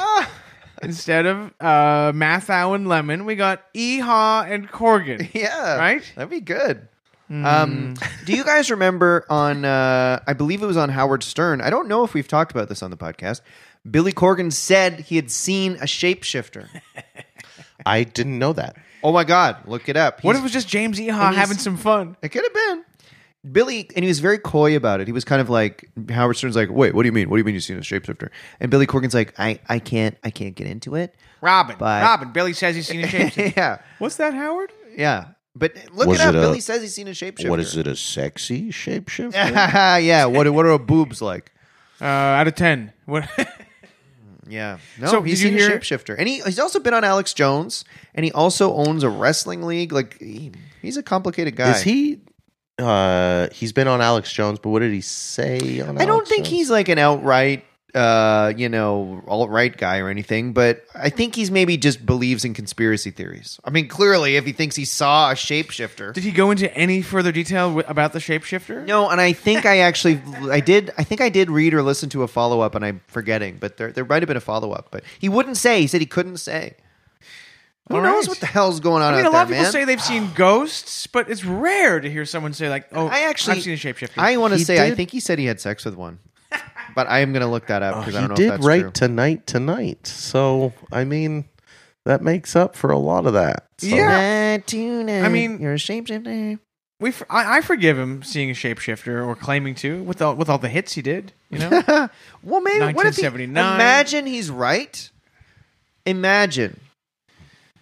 Speaker 3: Instead of uh, Mathau and Lemon, we got Eha and Corgan.
Speaker 2: yeah,
Speaker 3: Right? Hmm.
Speaker 2: That'd be good. Um, do you guys remember on? Uh, I believe it was on Howard Stern. I don't know if we've talked about this on the podcast. Billy Corgan said he had seen a shapeshifter.
Speaker 4: I didn't know that.
Speaker 2: oh my god, look it up.
Speaker 3: What
Speaker 2: He's-
Speaker 3: if it was just James Eha
Speaker 2: he's-
Speaker 3: having some fun?
Speaker 2: It could have been. Billy, and he was very coy about it. He was kind of like Howard Stern's like, "Wait, what do you mean? What do you mean you've seen a shapeshifter?" And Billy Corgan's like, "I, I can't, I can't get into it."
Speaker 3: Robin,
Speaker 2: But-
Speaker 3: Robin, Billy says he's seen a shapeshifter.
Speaker 2: yeah,
Speaker 3: What's that, Howard?
Speaker 2: yeah. But look
Speaker 4: Was
Speaker 2: it up.
Speaker 4: it a-
Speaker 2: Billy says he's seen a shapeshifter.
Speaker 4: What is it? A sexy shapeshifter?
Speaker 2: yeah. What what are her boobs like?
Speaker 3: Uh, out of ten, what?
Speaker 2: Yeah. No,
Speaker 3: So,
Speaker 2: he's
Speaker 3: did
Speaker 2: seen
Speaker 3: you
Speaker 2: a
Speaker 3: hear-
Speaker 2: shapeshifter, and he, he's also been on Alex Jones, and he also owns a wrestling league. Like he, he's a complicated guy.
Speaker 4: Is he? Uh, he's been on Alex Jones, but what did he say? on
Speaker 2: I don't
Speaker 4: Alex
Speaker 2: think
Speaker 4: Jones?
Speaker 2: he's like an outright, uh, you know, alt right guy or anything, but I think he's maybe just believes in conspiracy theories. I mean, clearly, if he thinks he saw a shapeshifter.
Speaker 3: Did he go into any further detail w- about the shapeshifter?
Speaker 2: no, and I think I actually, I did, I think I did read or listen to a follow up, and I'm forgetting, but there, there might have been a follow up, but he wouldn't say. He said he couldn't say. Who
Speaker 3: All
Speaker 2: knows
Speaker 3: right.
Speaker 2: what the hell's going on
Speaker 3: I mean, a
Speaker 2: out
Speaker 3: lot of
Speaker 2: there, man?
Speaker 3: people say they've seen ghosts, but it's rare to hear someone say like, "Oh,
Speaker 2: I actually,
Speaker 3: I've seen a shapeshifter."
Speaker 2: I want to
Speaker 4: He
Speaker 2: say, I
Speaker 4: did-
Speaker 2: think he said he had sex with one, but I am going to look that
Speaker 3: Oh,
Speaker 2: up because I don't know
Speaker 4: he
Speaker 2: if
Speaker 4: did
Speaker 2: that's
Speaker 4: write
Speaker 2: true.
Speaker 4: tonight, tonight. So I mean, that makes up for a lot of that. So-
Speaker 3: Yeah.
Speaker 2: I
Speaker 3: I mean-
Speaker 2: you're a shapeshifter.
Speaker 3: we, f- I, I forgive him seeing a shapeshifter or claiming to with all with all the hits he did. You know,
Speaker 2: Well, maybe what if he,
Speaker 3: 1979.
Speaker 2: imagine he's right? Imagine,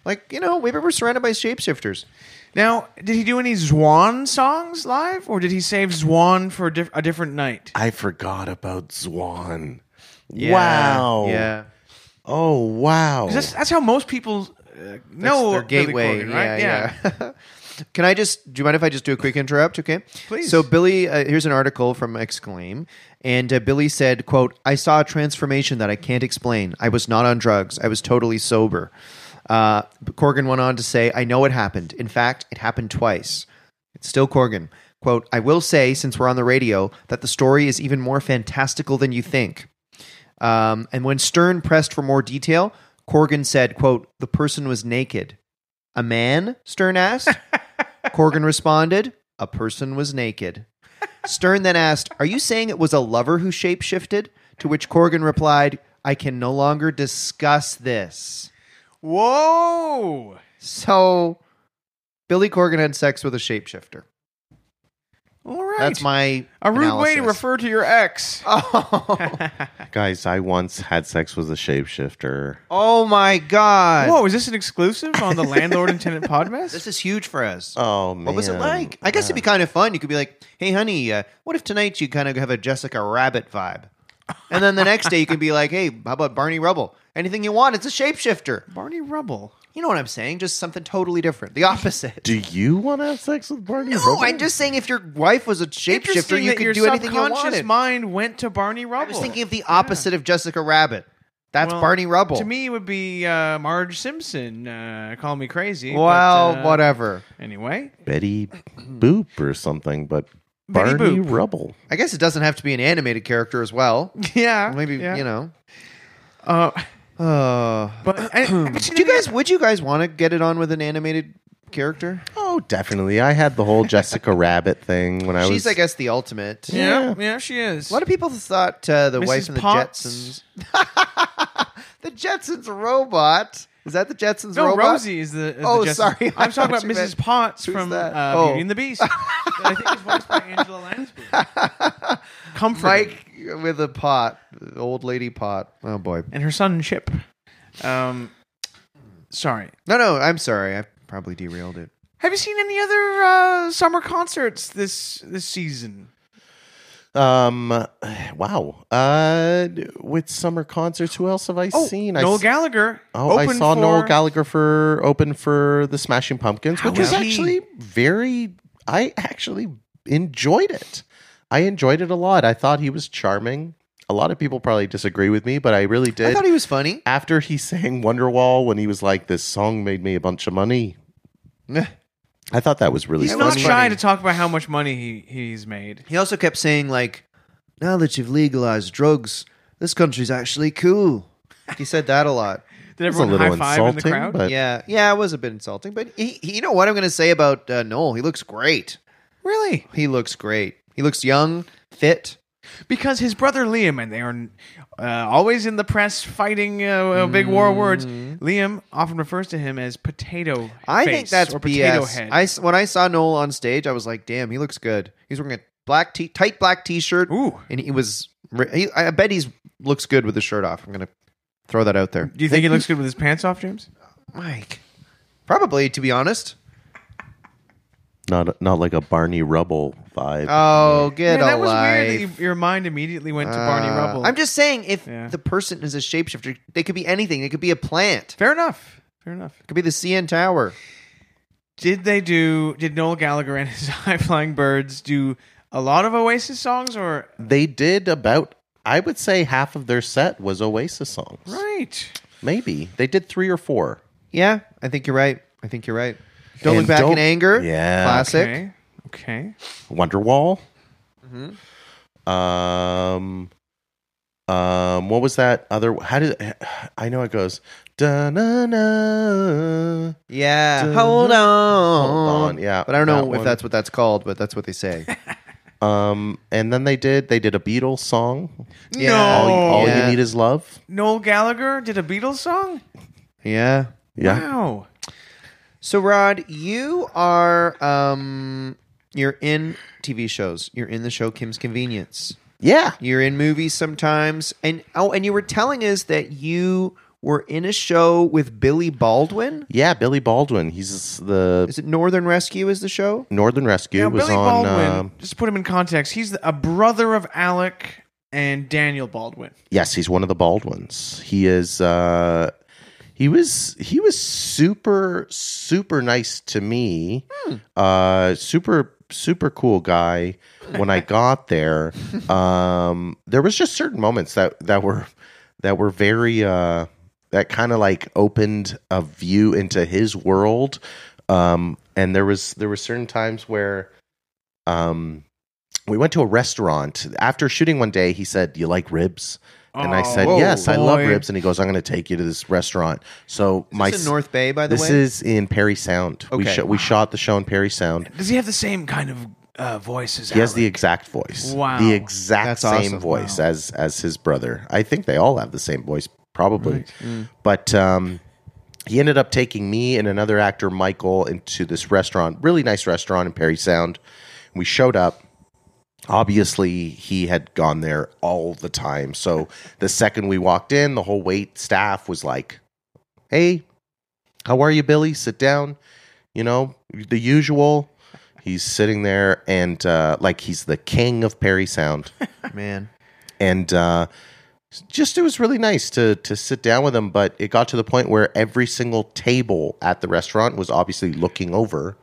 Speaker 2: like you know, maybe we're surrounded by shapeshifters.
Speaker 3: now did he do any Zwan songs live, or did he save Zwan for a, diff- a different night?
Speaker 2: Oh.
Speaker 4: I forgot about Zwan. Wow.
Speaker 2: Yeah.
Speaker 4: Oh wow.
Speaker 3: 'Cause That's, that's how most people uh, know
Speaker 2: their
Speaker 3: Billy
Speaker 2: gateway.
Speaker 3: Corgan, right?
Speaker 2: Yeah, yeah. Can I just? Do you mind if I just do a quick interrupt? Okay,
Speaker 3: Please.
Speaker 2: So Billy, uh, here's an article from Exclaim, and uh, Billy said, "quote I saw a transformation that I can't explain. I was not on drugs. I was totally sober." Uh, Corgan went on to say, "I know it happened. In fact, it happened twice. It's still Corgan." Quote, I will say, since we're on the radio, that the story is even more fantastical than you think. Um, and when Stern pressed for more detail, Corgan said, quote, the person was naked. A man? Stern asked. Corgan responded, a person was naked. Stern then asked, are you saying it was a lover who shapeshifted? To which Corgan replied, I can no longer discuss this.
Speaker 3: Whoa!
Speaker 2: So Billy Corgan had sex with a shapeshifter.
Speaker 3: All right,
Speaker 2: That's my
Speaker 3: a rude way to
Speaker 2: analysis.
Speaker 3: refer to your ex.
Speaker 2: Oh,
Speaker 4: Guys, I once had sex with a shapeshifter.
Speaker 2: oh my god.
Speaker 3: Whoa, is this an exclusive on the landlord and tenant podmas?
Speaker 2: This is huge for us.
Speaker 4: Oh man.
Speaker 2: What was it like? I guess it'd be kind of fun. You could be like, "Hey, honey, uh, what if tonight you kind of have a Jessica Rabbit vibe?" And then the next day you can be like, "Hey, how about Barney Rubble? Anything you want. It's a shapeshifter."
Speaker 3: Barney Rubble.
Speaker 2: You know what I'm saying? Just something totally different, the opposite.
Speaker 4: Do you want to have sex with Barney?
Speaker 2: No,
Speaker 4: Rubble?
Speaker 2: I'm just saying if your wife was a shapeshifter,
Speaker 3: Interesting
Speaker 2: you
Speaker 3: that your
Speaker 2: could do anything you
Speaker 3: subconscious
Speaker 2: wanted.
Speaker 3: mind went to Barney Rubble.
Speaker 2: I was thinking of the opposite of Jessica Rabbit. That's
Speaker 3: Well,
Speaker 2: Barney Rubble.
Speaker 3: To me, it would be uh, Marge Simpson. Uh, call me crazy. but,
Speaker 2: well,
Speaker 3: uh,
Speaker 2: whatever.
Speaker 3: Anyway,
Speaker 4: Betty Boop or something, but
Speaker 3: Mm-hmm. Betty
Speaker 4: Barney
Speaker 3: Boop.
Speaker 4: Rubble.
Speaker 2: I guess it doesn't have to be an animated character as well.
Speaker 3: yeah,
Speaker 2: Maybe
Speaker 3: yeah.
Speaker 2: you know.
Speaker 3: Uh,
Speaker 2: Oh.
Speaker 3: But and, but see,
Speaker 2: Do you
Speaker 3: the
Speaker 2: guys? Would you guys want to get it on with an animated character?
Speaker 4: Oh, definitely. I had the whole Jessica Rabbit thing when I was.
Speaker 2: She's, I guess, the ultimate.
Speaker 3: thing- yeah, yeah, she is.
Speaker 2: A lot of people thought uh, the wife
Speaker 3: Mrs.
Speaker 2: and the
Speaker 3: Potts.
Speaker 2: Jetsons. the Jetsons robot. Is that the Jetsons
Speaker 3: no,
Speaker 2: robot?
Speaker 3: Rosie is the. Is
Speaker 2: Oh,
Speaker 3: the Jess-
Speaker 2: sorry. I
Speaker 3: I'm talking
Speaker 2: thought
Speaker 3: about
Speaker 2: you
Speaker 3: Mrs.
Speaker 2: meant-
Speaker 3: Potts
Speaker 2: who's
Speaker 3: from
Speaker 2: that?
Speaker 3: uh,
Speaker 2: Oh.
Speaker 3: Beauty and the Beast. that I think is voiced by Angela Lansbury. Comfort
Speaker 2: Mike with a pot, the old lady pot. Oh boy.
Speaker 3: and her son Chip. Um, sorry.
Speaker 2: No, no. I'm sorry. I probably derailed it.
Speaker 3: Have you seen any other uh, summer concerts this this season?
Speaker 4: Um, wow. Uh, with summer concerts, who else have I seen? I
Speaker 3: Oh, Noel
Speaker 4: s-
Speaker 3: Gallagher.
Speaker 4: Oh, I
Speaker 3: opened
Speaker 4: saw Noel
Speaker 3: for-
Speaker 4: Gallagher for open for the Smashing Pumpkins,
Speaker 3: How
Speaker 4: which was
Speaker 3: was he?
Speaker 4: actually very. I actually enjoyed it. I enjoyed it a lot. I thought he was charming. A lot of people probably disagree with me, but I really did.
Speaker 2: I thought he was funny.
Speaker 4: After he sang Wonderwall, when he was like, "This song made me a bunch of money," I thought that was really.
Speaker 3: He's
Speaker 4: funny.
Speaker 3: not
Speaker 2: was
Speaker 3: shy
Speaker 2: funny.
Speaker 3: to talk about how much money he, he's made.
Speaker 2: He also kept saying like, "Now that you've legalized drugs, this country's actually cool." He said that a lot.
Speaker 3: Did
Speaker 4: was a
Speaker 3: everyone high
Speaker 4: little
Speaker 3: five in the
Speaker 4: insulting,
Speaker 3: crowd?
Speaker 4: but-
Speaker 2: Yeah, yeah, it was a bit insulting, but he, he- you know what I'm going to say about uh, Noel? He looks great.
Speaker 3: Really?
Speaker 2: He looks great. He looks young, fit.
Speaker 3: Because his brother Liam, and they are uh, always in the press fighting uh, uh, big war words. Liam often refers to him as potato.
Speaker 2: I
Speaker 3: face
Speaker 2: think that's
Speaker 3: or potato
Speaker 2: BS.
Speaker 3: head.
Speaker 2: I s when I saw Noel on stage, I was like, "Damn, he looks good." He's wearing a black t- tight black t-shirt,
Speaker 3: Ooh.
Speaker 2: and he was. re- He, I bet he's looks good with the shirt off. I'm going to throw that out there,
Speaker 3: Do you think he looks good with his pants off, James?
Speaker 2: Mike. Probably, to be honest.
Speaker 4: not not like a Barney Rubble vibe.
Speaker 3: Uh,
Speaker 2: Oh, get
Speaker 3: Man, that
Speaker 2: a
Speaker 3: was
Speaker 2: life.
Speaker 3: weird that you, your mind immediately went to Barney
Speaker 2: Uh,
Speaker 3: Rubble.
Speaker 2: I'm just saying, if
Speaker 3: Yeah.
Speaker 2: the person is a shapeshifter, they could be anything. They could be a plant.
Speaker 3: fair enough. Fair enough.
Speaker 2: Could be the CN Tower.
Speaker 3: Did they do? Did Noel Gallagher and his High Flying Birds do a lot of Oasis songs or
Speaker 4: they did about I would say half of their set was Oasis songs.
Speaker 3: right?
Speaker 4: Maybe they did three or four.
Speaker 2: Yeah, I think you're right. I think you're right. Don't look
Speaker 4: And
Speaker 2: back
Speaker 4: don't-
Speaker 2: in anger.
Speaker 4: Yeah.
Speaker 2: classic.
Speaker 3: Okay. Okay.
Speaker 4: Wonderwall.
Speaker 3: Mm-hmm.
Speaker 4: Um, um, what was that other? How did I know it goes? Da na na.
Speaker 2: Yeah,
Speaker 4: Dun-
Speaker 2: hold on,
Speaker 4: Hold on, yeah,
Speaker 2: But I don't know
Speaker 4: that
Speaker 2: if
Speaker 4: one.
Speaker 2: that's what that's called. But that's what they say.
Speaker 4: Um, and then they did they did a Beatles song.
Speaker 2: Yeah.
Speaker 4: All,
Speaker 3: Oh,
Speaker 4: all
Speaker 2: Yeah.
Speaker 4: Oh, you need is love.
Speaker 3: Noel Gallagher did a Beatles song?
Speaker 2: yeah.
Speaker 4: Yeah.
Speaker 3: Wow.
Speaker 2: So Rod, you are um, you're in TV shows. You're in the show Kim's Convenience.
Speaker 4: Yeah.
Speaker 2: You're in movies sometimes, and oh, and you were telling us that you were in a show with Billy Baldwin.
Speaker 4: Yeah. Billy Baldwin. He's the
Speaker 2: Is it Northern Rescue? Is the show?
Speaker 4: Northern Rescue
Speaker 3: Now,
Speaker 4: was
Speaker 3: Billy
Speaker 4: on.
Speaker 3: Baldwin,
Speaker 4: um,
Speaker 3: just to put him in context, he's a brother of Alec and Daniel Baldwin.
Speaker 4: Yes, he's one of the bald ones. He is. Uh, he was. He was super, super nice to me.
Speaker 3: Hmm.
Speaker 4: Uh, super, super cool guy. When I got there, um, there was just certain moments that that were that were very uh, that kind of like opened a view into his world. Um, and there was there were certain times where. Um, we went to a restaurant after shooting one day. He said, "You like ribs?" and I said,
Speaker 3: Oh,
Speaker 4: "Yes, I love
Speaker 3: boy.
Speaker 4: ribs." And he goes, "I'm going to take you to this restaurant." So my
Speaker 2: It's
Speaker 4: s-
Speaker 2: in North Bay, by the
Speaker 4: this
Speaker 2: way.
Speaker 4: is in Perry Sound. We
Speaker 2: Okay.
Speaker 4: sho- we shot the show in Perry Sound.
Speaker 3: Does he have the same kind of uh, voice as
Speaker 4: He has the
Speaker 3: Alec?
Speaker 4: exact voice.
Speaker 3: Wow.
Speaker 4: the
Speaker 2: That's
Speaker 4: exact same
Speaker 2: awesome.
Speaker 4: voice as as his brother. I think they all have the same voice, probably. But um, he ended up taking me and another actor, Michael, into this restaurant, really nice restaurant in Perry Sound. We showed up. Obviously, he had gone there all the time. So the second we walked in, the whole wait staff was like, "Hey, how are you, Billy? Sit down." You know, the usual. He's sitting there and uh, like he's the king of Perry Sound
Speaker 2: Man,
Speaker 4: and uh, just it was really nice to to sit down with him. But it got to the point where every single table at the restaurant was obviously looking over,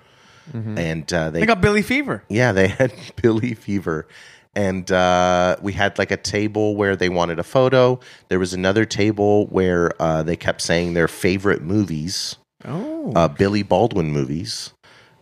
Speaker 4: and uh, they
Speaker 3: They got Billy Fever.
Speaker 4: yeah they had Billy fever. And uh, we had like a table where they wanted a photo. There was another table where uh, they kept saying their favorite movies,
Speaker 3: Oh.
Speaker 4: uh, Billy Baldwin movies,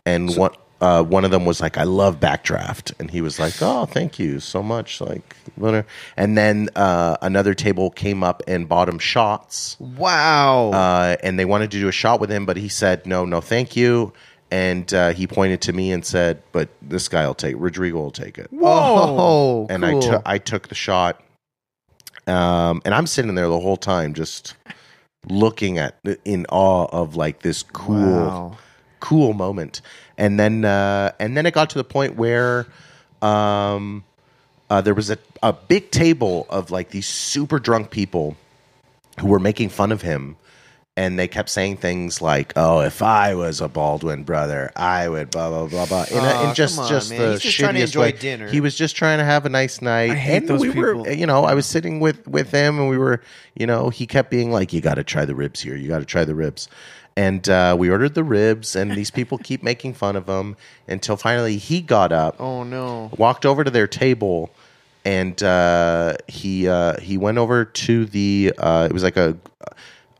Speaker 4: and what uh, one of them was like, "I love Backdraft," and he was like, "Oh, thank you so much." Like, whatever. and then uh, another table came up and bought him shots,
Speaker 2: Wow.
Speaker 4: uh, and they wanted to do a shot with him, but he said, "No, no, thank you." And uh, he pointed to me and said, "But this guy will take Rodrigo will take it."
Speaker 2: oh,
Speaker 4: and I
Speaker 2: cool.
Speaker 4: took I took the shot, um, and I'm sitting there the whole time just looking at in awe of like this cool
Speaker 2: Wow.
Speaker 4: cool moment. And then uh, and then it got to the point where um, uh, there was a, a big table of like these super drunk people who were making fun of him. And they kept saying things like, "Oh, if I was a Baldwin brother, I would blah blah blah blah." In, a,
Speaker 2: Aw,
Speaker 4: in just
Speaker 2: come on,
Speaker 4: just
Speaker 2: man.
Speaker 4: the
Speaker 2: He's just
Speaker 4: shittiest
Speaker 2: trying to enjoy
Speaker 4: way.
Speaker 2: dinner.
Speaker 4: He was just trying to have a nice night.
Speaker 3: I hate
Speaker 4: and
Speaker 3: those
Speaker 4: we were,
Speaker 3: people.
Speaker 4: you know, I was sitting with with him, and we were, you know, he kept being like, "You got to try the ribs here. You got to try the ribs." And uh, we ordered the ribs, and these people keep making fun of him until finally he got up,
Speaker 2: Oh no.
Speaker 4: walked over to their table, and uh, he uh, he went over to the. Uh, it was like a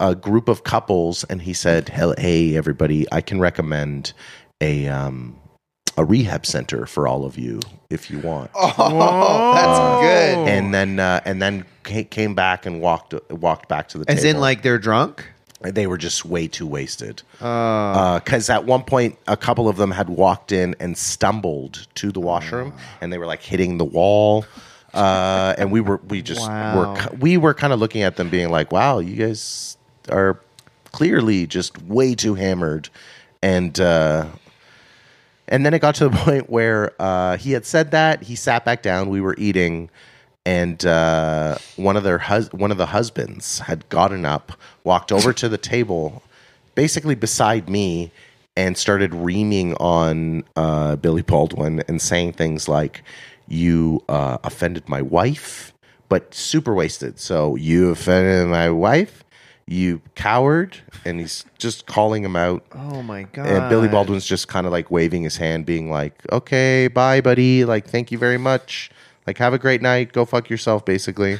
Speaker 4: a group of couples, and he said, "Hell, hey everybody, I can recommend a." Um, a rehab center for all of you if you want
Speaker 2: Oh, that's good.
Speaker 4: and then uh, and then ca- came back and walked walked back to the
Speaker 2: As
Speaker 4: table.
Speaker 2: in, like Oh. they're drunk.
Speaker 4: they were just way too wasted because at one point a couple of them had walked in and stumbled to the
Speaker 2: Oh.
Speaker 4: washroom and they were like hitting the wall uh, and we were we just
Speaker 2: Wow.
Speaker 4: were ki- we were kind of looking at them being like wow you guys are clearly just way too hammered and uh, and then it got to the point where uh, he had said that he sat back down. We were eating, and uh, one of their hus- one of the husbands had gotten up, walked over to the table, basically beside me, and started reaming on uh, Billy Baldwin and saying things like, "You uh, offended my wife," but super wasted. So you offended my wife. You coward, and he's just calling him out.
Speaker 2: Oh my god.
Speaker 4: And Billy Baldwin's just kind of like waving his hand, being like, okay, bye, buddy. Like, thank you very much. Like, have a great night. Go fuck yourself, basically.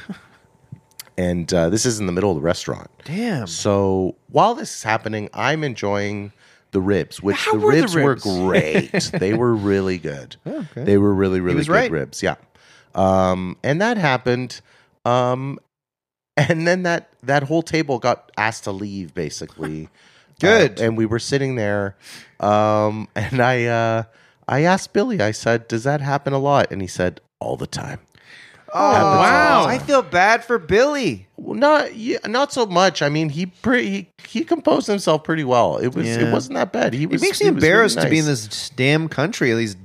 Speaker 4: and uh, this is in the middle of the restaurant.
Speaker 2: Damn.
Speaker 4: So while this is happening, I'm enjoying the ribs, which
Speaker 3: How
Speaker 4: the,
Speaker 3: were the
Speaker 4: ribs were
Speaker 3: ribs?
Speaker 4: great. they were really good. They were really, really
Speaker 2: was
Speaker 4: good
Speaker 2: right.
Speaker 4: ribs. Yeah. Um, and that happened. Um, and then that that whole table got asked to leave, basically.
Speaker 2: Good.
Speaker 4: Uh, and we were sitting there, um, and I uh, I asked Billy. I said, "Does that happen a lot?" And he said, "All the time."
Speaker 2: Oh
Speaker 4: Happens
Speaker 3: all the
Speaker 2: I
Speaker 3: time.
Speaker 2: feel bad for Billy.
Speaker 4: Well, not yeah, not so much. I mean, he pretty he, he composed himself pretty well. It was
Speaker 2: Yeah.
Speaker 4: it wasn't that bad. He
Speaker 2: It
Speaker 4: was.
Speaker 2: makes me
Speaker 4: he was really
Speaker 2: embarrassed to be in
Speaker 4: nice.
Speaker 2: this damn country. These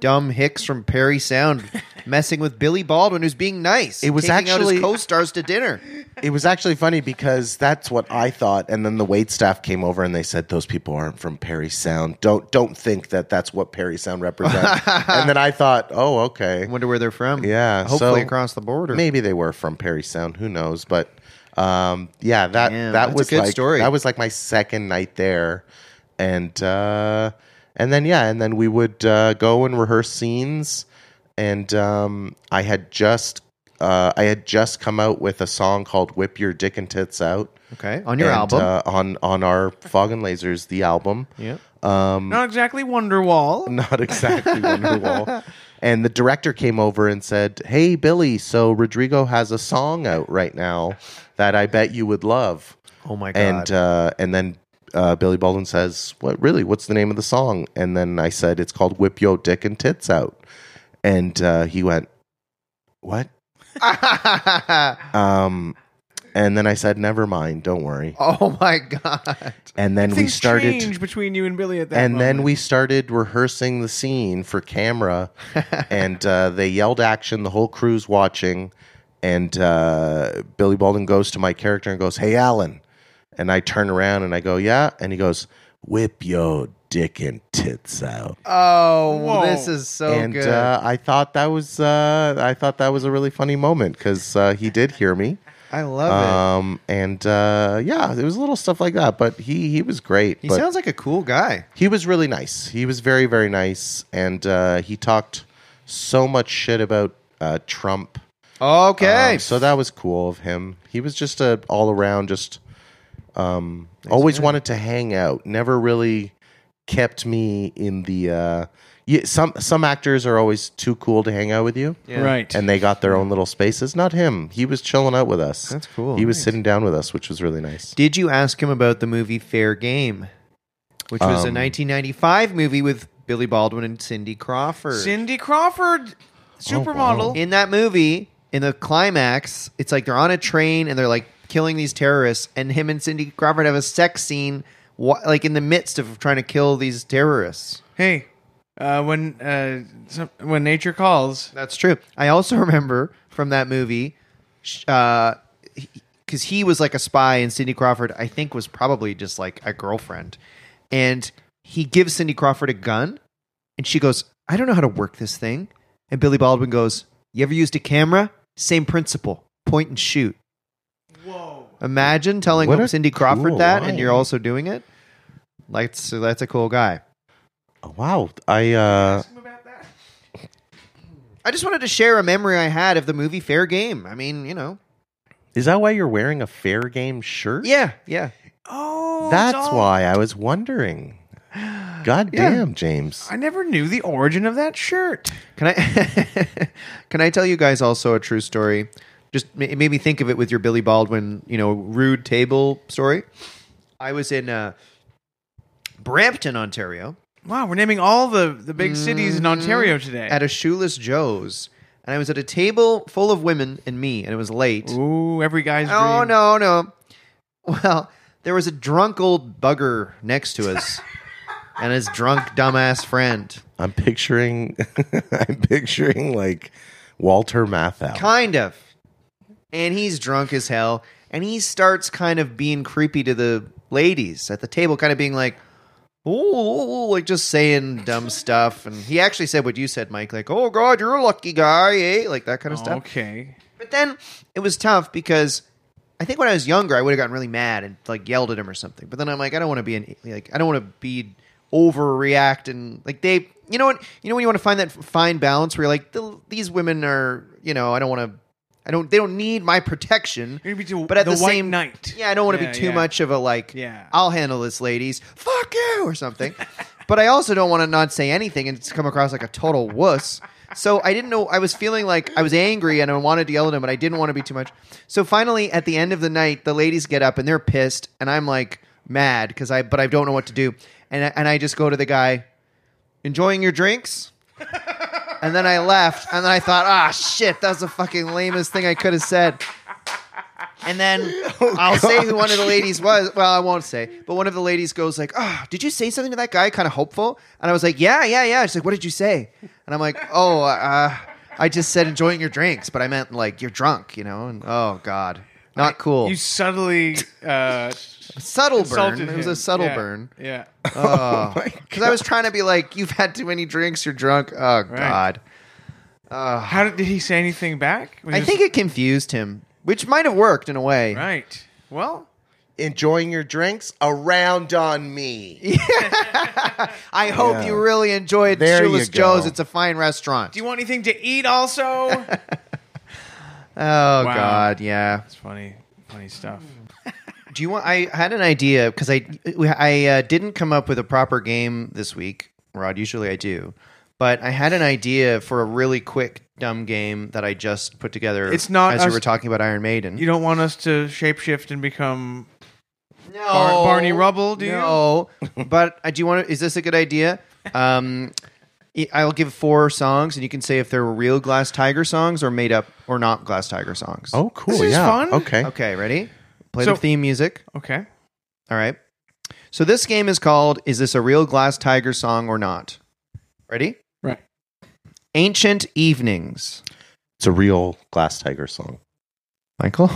Speaker 2: dumb hicks from Perry Sound messing with Billy Baldwin, who's being nice.
Speaker 4: It was
Speaker 2: taking out
Speaker 4: actually-
Speaker 2: his co-stars to dinner.
Speaker 4: It was actually funny because that's what I thought, and then the wait staff came over and they said those people aren't from Perry Sound. Don't don't think that that's what Perry Sound represents. and then I thought, oh okay,
Speaker 2: I wonder where they're from.
Speaker 4: Yeah,
Speaker 2: hopefully
Speaker 4: so-
Speaker 2: across the border.
Speaker 4: maybe they were from Perry Sound. Who knows? But um, yeah, that
Speaker 2: Damn,
Speaker 4: that
Speaker 2: that's a
Speaker 4: was
Speaker 2: good
Speaker 4: like
Speaker 2: story.
Speaker 4: that was like my second night there, and uh, and then yeah, and then we would uh, go and rehearse scenes, and um, I had just uh, I had just come out with a song called "Whip Your Dick and Tits Out"
Speaker 2: Okay, on your
Speaker 4: and,
Speaker 2: album.
Speaker 4: uh, on on our Fog and Lasers the album
Speaker 2: yeah.
Speaker 4: Mm.
Speaker 3: Not exactly Wonderwall.
Speaker 4: not exactly Wonderwall. And the director came over and said, "Hey Billy, so Rodrigo has a song out right now that I bet you would love."
Speaker 2: Oh my god.
Speaker 4: And uh, and then uh, Billy Baldwin says, "What really? What's the name of the song?" And then I said, "It's called Whip Yo Dick and Tits Out." And uh, he went, "What?" Um, and then I said, "Never mind, don't worry."
Speaker 2: oh my god.
Speaker 4: And then we
Speaker 3: Things
Speaker 4: started.
Speaker 3: change between you and Billy at that.
Speaker 4: and then
Speaker 3: moment.
Speaker 4: we started rehearsing the scene for camera and uh, they yelled action the whole crew's watching and uh, billy baldwin goes to my character and goes hey alan and i turn around and i go yeah and he goes whip yo dick and tits out
Speaker 2: Oh,
Speaker 3: Whoa.
Speaker 2: this is so
Speaker 4: and
Speaker 2: good.
Speaker 4: uh, i thought that was uh, i thought that was a really funny moment because uh, he did hear me
Speaker 2: I love it.
Speaker 4: um, and uh, yeah it was little stuff like that but he he was great
Speaker 2: He
Speaker 4: but-
Speaker 2: sounds like a cool guy.
Speaker 4: he was really nice. He was very, very nice, and uh, he talked so much shit about uh, Trump.
Speaker 2: Okay.
Speaker 4: Um, so that was cool of him. He was just a all around, just um, always wanted to hang out. Never really kept me in the. Uh, yeah, some some actors are always too cool to hang out with you.
Speaker 2: Yeah.
Speaker 3: Right.
Speaker 4: And they got their own little spaces. Not him. He was chilling out with us.
Speaker 2: That's cool.
Speaker 4: He was
Speaker 2: Nice.
Speaker 4: sitting down with us, which was really nice.
Speaker 2: Did you ask him about the movie Fair Game, which was a
Speaker 4: Um,
Speaker 2: 1995 movie with Billy Baldwin and Cindy Crawford?
Speaker 3: Cindy
Speaker 4: Oh,
Speaker 3: Crawford, supermodel.
Speaker 2: in that movie, in the climax, it's like they're on a train and they're like killing these terrorists, and him and Cindy Crawford have a sex scene, wa- like in the midst of trying to kill these terrorists.
Speaker 3: Hey, uh, when uh, some, when nature calls,
Speaker 2: That's true. I also remember from that movie, because he, 'cause he was like a spy, and Cindy Crawford, I think, was probably just like a girlfriend. And he gives Cindy Crawford a gun, and she goes, I don't know how to work this thing. And Billy Baldwin goes, You ever used a camera? Same principle point and shoot. Whoa. Imagine telling
Speaker 4: What a
Speaker 2: Cindy Crawford
Speaker 4: cool
Speaker 2: that,
Speaker 4: line.
Speaker 2: and you're also doing it. Like, so that's a cool guy.
Speaker 4: Oh, wow. I uh,
Speaker 2: I just wanted to share a memory I had of the movie Fair Game. I mean, you know.
Speaker 4: is that why you're wearing a fair game shirt?
Speaker 2: Yeah, yeah.
Speaker 3: oh, it's
Speaker 4: That's
Speaker 3: all-
Speaker 4: why I was wondering. God
Speaker 2: Yeah.
Speaker 4: damn, James.
Speaker 3: I never knew the origin of that shirt.
Speaker 2: Can I can I tell you guys also a true story? Just ma- it made me think of it with your Billy Baldwin, you know, rude table story. I was in uh, Brampton, Ontario,
Speaker 3: Wow, we're naming all the the big cities in Ontario today.
Speaker 2: at a Shoeless Joe's, and I was at a table full of women and me, and it was late.
Speaker 3: Ooh, every guy's
Speaker 2: Oh
Speaker 3: dream.
Speaker 2: no, no. Well, there was a drunk old bugger next to us, and his drunk dumbass friend.
Speaker 4: I'm picturing I'm picturing like Walter Matthau.
Speaker 2: Kind of. And he's drunk as hell. And he starts kind of being creepy to the ladies at the table, kind of being like, oh, like just saying dumb stuff. And he actually said what you said, Mike, like, oh, God, you're a lucky guy, eh? Like that kind of stuff.
Speaker 3: Okay.
Speaker 2: But then it was tough because I think when I was younger, I would have gotten really mad and like yelled at him or something. But then I'm like, I don't want to be an like, I don't want to be overreact and like they, you know what, you know when you want to find that fine balance where you're like, "The- these women are, you know, I don't want to, I don't, they don't need my protection.
Speaker 3: You're gonna be too-
Speaker 2: but at
Speaker 3: the
Speaker 2: the,
Speaker 3: white
Speaker 2: same
Speaker 3: knight.
Speaker 2: yeah, I don't want to
Speaker 3: Yeah,
Speaker 2: be too
Speaker 3: yeah.
Speaker 2: much of a like,
Speaker 3: Yeah.
Speaker 2: I'll handle this, ladies. Fuck you or something. but I also don't want to not say anything and just come across like a total wuss. So I didn't know. I was feeling like I was angry and I wanted to yell at him, but I didn't want to be too much. So finally, at the end of the night, the ladies get up and they're pissed, and I'm like mad because I, but I don't know what to do, and I, and I just go to the guy, enjoying your drinks. And then I left, and then I thought, ah, shit, that was the fucking lamest thing I could have said. And then
Speaker 3: Oh,
Speaker 2: I'll say who one of the ladies was. Well, I won't say, but one of the ladies goes like, "Oh, did you say something to that guy?" Kind of hopeful, and I was like, "Yeah, yeah, yeah." She's like, "What did you say?" And I'm like, "Oh, uh, I just said enjoying your drinks, but I meant like you're drunk, you know." And oh god, not cool.
Speaker 3: You subtly uh,
Speaker 2: subtle burn.
Speaker 3: insulted
Speaker 2: It was
Speaker 3: him.
Speaker 2: a subtle
Speaker 3: Yeah,
Speaker 2: burn
Speaker 3: Yeah.
Speaker 2: because I was trying to be like, "You've had too many drinks. You're drunk." Oh god.
Speaker 3: How did, did he say anything back? Was
Speaker 2: I
Speaker 3: he
Speaker 2: think it confused him, which might have worked in a way.
Speaker 3: just- right. Well,
Speaker 4: Enjoying your drinks around on me.
Speaker 2: I hope
Speaker 4: Yeah.
Speaker 2: you really enjoyed
Speaker 4: There you
Speaker 2: Shoeless
Speaker 4: go.
Speaker 2: Joe's. It's a fine restaurant.
Speaker 3: do you want anything to eat? Also, it's
Speaker 2: Oh
Speaker 3: Wow.
Speaker 2: God, yeah.
Speaker 3: funny, funny stuff.
Speaker 2: Do you want? I had an idea because I I uh, didn't come up with a proper game this week, Rod. Usually I do, but I had an idea for a really quick dumb game that I just put together.
Speaker 3: It's not
Speaker 2: as we
Speaker 3: us-
Speaker 2: were talking about Iron Maiden.
Speaker 3: You don't want us to shapeshift and become
Speaker 2: no,
Speaker 3: Bar- Barney Rubble, do you?
Speaker 2: no. but uh, do you want? to Is this a good idea? Um, I- I'll give four songs, and you can say if they were real Glass Tiger songs or made up or not Glass Tiger songs.
Speaker 4: Oh, cool.
Speaker 3: This is
Speaker 4: yeah.
Speaker 3: fun.
Speaker 4: Okay.
Speaker 2: okay. Ready? Play
Speaker 3: So-
Speaker 2: the theme music.
Speaker 3: okay.
Speaker 2: All right. So this game is called Is This a Real Glass Tiger Song or Not? Ready?
Speaker 3: Right.
Speaker 2: Ancient Evenings.
Speaker 4: It's a real Glass Tiger song.
Speaker 2: Michael?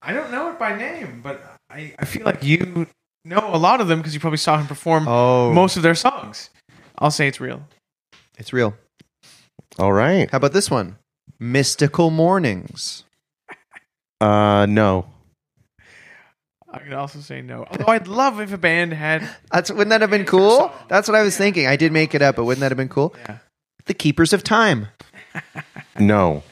Speaker 3: I don't know it by name, but I, I feel like you know a lot of them because you probably saw him perform
Speaker 2: Oh.
Speaker 3: most of their songs. I'll say it's real.
Speaker 2: It's real.
Speaker 4: All right.
Speaker 2: How about this one? Mystical Mornings.
Speaker 4: Uh no.
Speaker 3: I could also say no. Although I'd love if a band had
Speaker 2: That's wouldn't that have been cool? That's what I was thinking. I did make it up, but wouldn't that have been cool?
Speaker 3: Yeah.
Speaker 2: The Keepers of Time.
Speaker 4: No.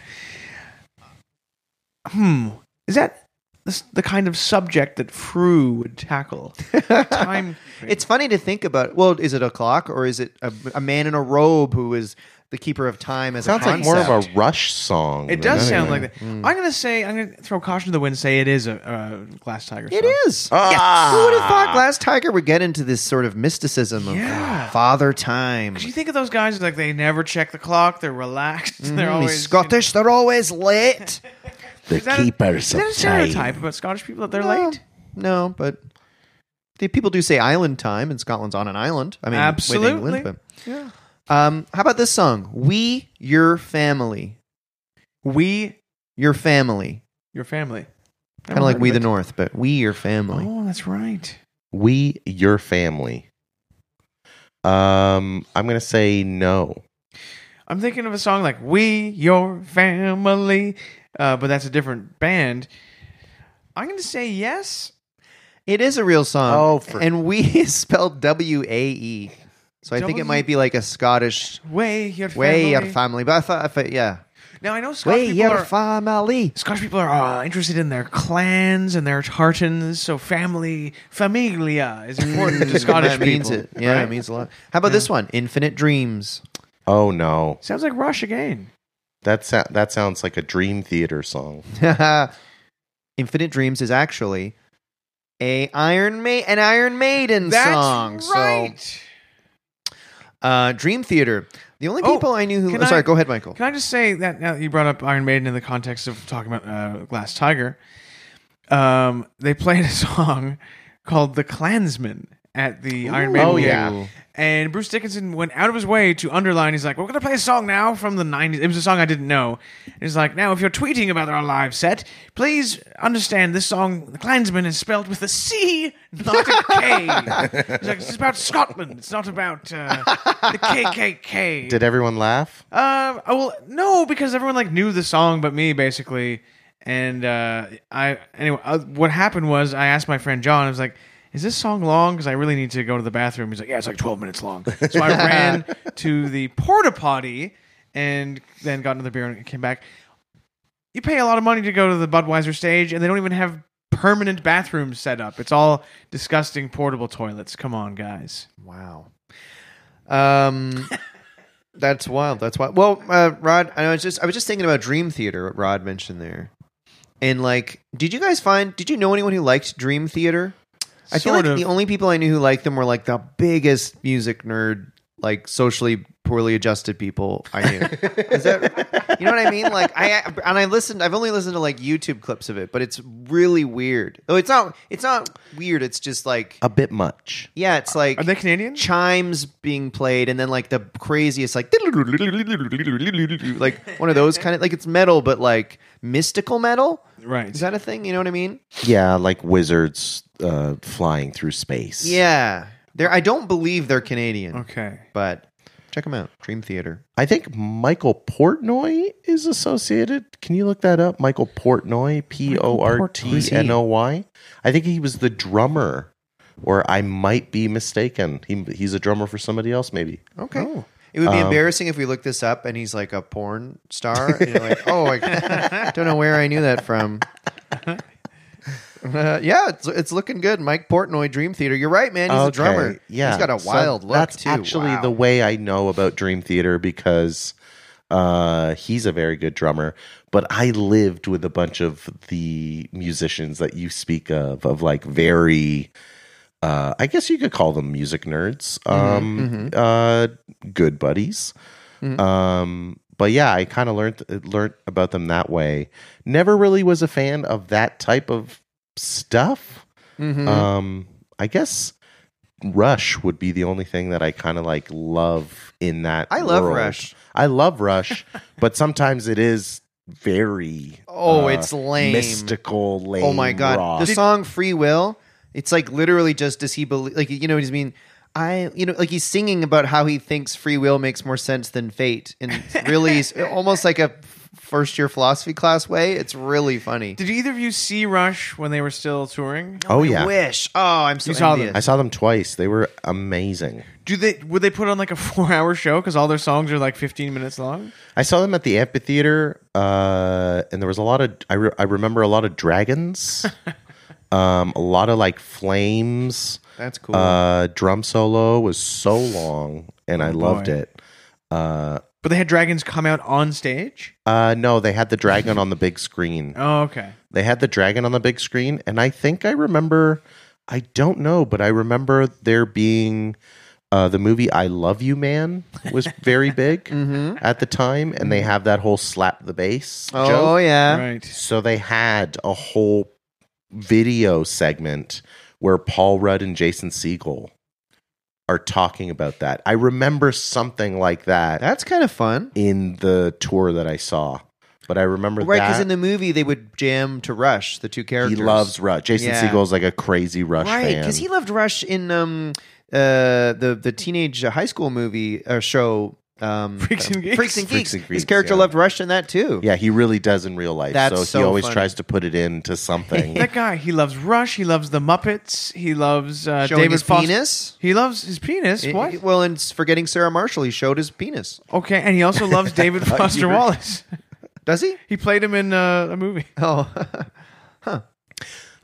Speaker 3: hmm. Is that this, the kind of subject that Frew would tackle. Time.
Speaker 2: It's funny to think about. Well, is it a clock or is it a, a man in a robe who is the keeper of time as
Speaker 4: Sounds
Speaker 2: a
Speaker 4: like more
Speaker 2: concept?
Speaker 4: of a Rush song.
Speaker 3: It does Hmm. sound like that. I'm gonna say I'm gonna throw caution to the wind. and Say it is a, a glass tiger.
Speaker 2: It
Speaker 3: song.
Speaker 2: is. Yes.
Speaker 3: Ah.
Speaker 2: Who would have thought Glass Tiger would get into this sort of mysticism of
Speaker 3: Yeah.
Speaker 2: father time?
Speaker 3: Do you think of those guys like they never check the clock? They're relaxed. They're
Speaker 2: Mm, he's
Speaker 3: always
Speaker 2: Scottish. They're always late.
Speaker 4: the
Speaker 3: Is that, a, is that a stereotype about Scottish people that they're
Speaker 2: No.
Speaker 3: late?
Speaker 2: No, but the people do say island time, and Scotland's on an island. I mean,
Speaker 3: Absolutely.
Speaker 2: With England, but, um, how about this song? We, your family,
Speaker 3: We,
Speaker 2: your family,
Speaker 3: your family,
Speaker 2: kind of like We the North, but we, your family.
Speaker 3: Oh, that's right.
Speaker 4: We your family. Um, I'm gonna say no.
Speaker 3: I'm thinking of a song like "We Your Family," uh, but that's a different band. I'm going to say yes.
Speaker 2: It is a real song.
Speaker 4: Oh, for-
Speaker 2: and we is spelled W A E, so I think it
Speaker 3: W-
Speaker 2: might be like a Scottish
Speaker 3: Way your family.
Speaker 2: way your family. But I thought, if I, yeah,
Speaker 3: now I know Scottish
Speaker 2: way
Speaker 3: people
Speaker 2: your
Speaker 3: are
Speaker 2: family.
Speaker 3: Scottish people are uh, interested in their clans and their tartans, so family familia is important to Scottish
Speaker 2: that means
Speaker 3: people.
Speaker 2: it. Yeah,
Speaker 3: right?
Speaker 2: it means a lot. How about this one? Infinite dreams.
Speaker 4: Oh no.
Speaker 3: sounds like Rush again.
Speaker 4: That sa- that sounds like a Dream Theater song.
Speaker 2: Infinite Dreams is actually a Iron Ma- an Iron Maiden
Speaker 3: That's
Speaker 2: song.
Speaker 3: right.
Speaker 2: So, uh, Dream Theater. The only
Speaker 3: Oh,
Speaker 2: people I knew who.
Speaker 3: can
Speaker 2: oh, sorry,
Speaker 3: I-
Speaker 2: go ahead, Michael.
Speaker 3: Can I just say that now that you brought up Iron Maiden in the context of talking about uh, Glass Tiger, um, they played a song called "The Klansman" at the Iron Maiden.
Speaker 4: Oh,
Speaker 3: gig.
Speaker 4: yeah.
Speaker 3: And Bruce Dickinson went out of his way to underline. He's like, "We're going to play a song now from the '90s." It was a song I didn't know. And he's like, "Now, if you're tweeting about our live set, please understand this song, The Klansman, is spelled with a C, not a K. he's like, "It's about Scotland. It's not about uh, the KKK."
Speaker 4: Did everyone laugh?
Speaker 3: Uh, oh, well, no, because everyone like knew the song but me basically, and uh, I anyway. Uh, what happened was I asked my friend John. I was like, "Is this song long? Because I really need to go to the bathroom." He's like, "Yeah, it's like twelve minutes long." So I ran to the porta potty and then got another beer and came back. You pay a lot of money to go to the Budweiser stage, and they don't even have permanent bathrooms set up. It's all disgusting portable toilets. Come on, guys.
Speaker 2: Wow. Um, that's wild. That's wild. Well, uh, Rod, I was just I was just thinking about Dream Theater. What Rod mentioned there, and like, did you guys find? Did you know anyone who liked Dream Theater? I feel
Speaker 3: Sort
Speaker 2: like
Speaker 3: of.
Speaker 2: the only people I knew who liked them were like the biggest music nerd, like socially poorly adjusted people I knew. Is that you know what I mean? Like I and I listened. I've only listened to like YouTube clips of it, but it's really weird. Oh, it's not. It's not weird. It's just like
Speaker 4: A bit much.
Speaker 2: yeah, it's like
Speaker 3: Are they Canadian?
Speaker 2: chimes being played and then like the craziest like like one of those kind of like it's metal but like mystical metal
Speaker 3: Right.
Speaker 2: is that a thing you know what i mean
Speaker 4: Yeah, like wizards uh, flying through space.
Speaker 2: yeah they're i don't believe they're canadian
Speaker 3: okay?
Speaker 2: but check them out dream theater
Speaker 4: I think Michael Portnoy is associated. Can you look that up? Michael Portnoy, P O R T N O Y. I think he was the drummer, or I might be mistaken. He, he's a drummer for somebody else, maybe.
Speaker 2: okay
Speaker 4: Oh.
Speaker 2: It
Speaker 4: Um,
Speaker 2: would be embarrassing if we looked this up and he's like a porn star. And you're like, oh, I don't know where I knew that from. Uh, yeah, it's, it's looking good. Mike Portnoy, Dream Theater. You're right, man. He's a
Speaker 4: Okay,
Speaker 2: drummer.
Speaker 4: Yeah,
Speaker 2: he's got a
Speaker 4: So
Speaker 2: wild look
Speaker 4: That's
Speaker 2: too.
Speaker 4: actually
Speaker 2: Wow.
Speaker 4: the way I know about Dream Theater because uh, he's a very good drummer. But I lived with a bunch of the musicians that you speak of, of like very. Uh, I guess you could call them music nerds,
Speaker 2: Mm-hmm,
Speaker 4: um, Uh, good buddies.
Speaker 2: Mm-hmm.
Speaker 4: Um, but yeah, I kind of learned learned about them that way. Never really was a fan of that type of stuff.
Speaker 2: Mm-hmm.
Speaker 4: Um, I guess Rush would be the only thing that I kind of like love in that.
Speaker 2: I love
Speaker 4: world.
Speaker 2: Rush.
Speaker 4: I love Rush, but sometimes it is very uh,
Speaker 2: Oh, it's lame.
Speaker 4: mystical lame.
Speaker 2: Oh my god,
Speaker 4: rock.
Speaker 2: the song "Free Will." It's like literally just does he believe? Like you know what I mean? I you know like he's singing about how he thinks free will makes more sense than fate, and really he's almost like a first year philosophy class way. It's really funny.
Speaker 3: Did either of you see Rush when they were still touring?
Speaker 4: Oh
Speaker 2: I
Speaker 4: yeah,
Speaker 2: wish. Oh, I'm so
Speaker 3: You saw them.
Speaker 2: envious.
Speaker 4: I saw them twice. They were amazing.
Speaker 3: Do they would they put on like a four hour show because all their songs are like fifteen minutes long?
Speaker 4: I saw them at the amphitheater, uh, and there was a lot of. I, re- I remember a lot of dragons, um, a lot of like flames.
Speaker 2: That's cool.
Speaker 4: Uh, drum solo was so long, and I loved
Speaker 3: Oh, boy.
Speaker 4: it.
Speaker 3: But they had dragons come out on stage.
Speaker 4: Uh, no, they had the dragon on the big screen.
Speaker 3: Oh, okay.
Speaker 4: They had the dragon on the big screen, and I think I remember. I don't know, but I remember there being uh, the movie "I Love You Man" was very big
Speaker 3: Mm-hmm.
Speaker 4: at the time, and they have that whole slap the bass.
Speaker 2: oh
Speaker 4: joke.
Speaker 2: yeah.
Speaker 3: Right.
Speaker 4: So they had a whole video segment where Paul Rudd and Jason Siegel are talking about that. I remember something like that,
Speaker 2: That's kind of fun.
Speaker 4: in the tour that I saw, but I remember
Speaker 2: Right,
Speaker 4: that
Speaker 2: because in the movie they would jam to Rush, the two
Speaker 4: he
Speaker 2: characters.
Speaker 4: loves Rush. Jason
Speaker 2: Yeah.
Speaker 4: Segel Siegel's like a crazy Rush
Speaker 2: right
Speaker 4: fan.
Speaker 2: because he loved Rush in um uh the the teenage high school movie or show um
Speaker 3: Freaks and
Speaker 2: um,
Speaker 3: Geeks.
Speaker 2: Freaks and
Speaker 4: Freaks
Speaker 2: Geeks.
Speaker 4: and
Speaker 2: His
Speaker 4: Geeks,
Speaker 2: character
Speaker 4: yeah.
Speaker 2: loved Rush in that too.
Speaker 4: yeah, he really does in real life.
Speaker 2: That's
Speaker 4: so,
Speaker 2: so
Speaker 4: he always
Speaker 2: funny.
Speaker 4: tries to put it into something.
Speaker 3: That guy, he loves Rush. He loves the Muppets. He loves uh,
Speaker 2: Showing
Speaker 3: David
Speaker 2: his
Speaker 3: Foster.
Speaker 2: penis.
Speaker 3: He loves his penis.
Speaker 2: It-
Speaker 3: what?
Speaker 2: it- well, in forgetting Sarah Marshall, he showed his penis.
Speaker 3: Okay, and he also loves David Foster Wallace.
Speaker 2: Does he?
Speaker 3: He played him in uh, a movie.
Speaker 2: Oh,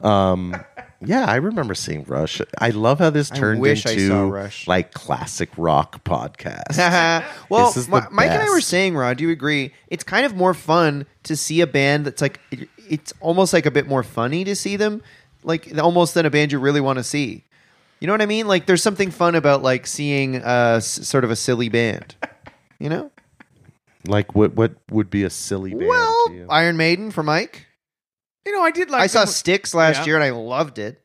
Speaker 4: Um, yeah, I remember seeing Rush. I love how this turned
Speaker 2: wish I
Speaker 4: into
Speaker 2: saw Rush.
Speaker 4: like classic rock podcast.
Speaker 2: well,
Speaker 4: This is the
Speaker 2: Mi- Mike and I were
Speaker 4: best.
Speaker 2: saying, Rod, do you agree? It's kind of more fun to see a band that's like it- it's almost like a bit more funny to see them, like almost than a band you really want to see. You know what I mean? Like there's something fun about like seeing a s- sort of a silly band. You know?
Speaker 4: like what what would be a silly band?
Speaker 2: well,
Speaker 4: to you?
Speaker 2: Iron Maiden for Mike.
Speaker 3: You know, I did like.
Speaker 2: I saw
Speaker 3: them-
Speaker 2: Styx last
Speaker 3: Yeah.
Speaker 2: year and I loved it.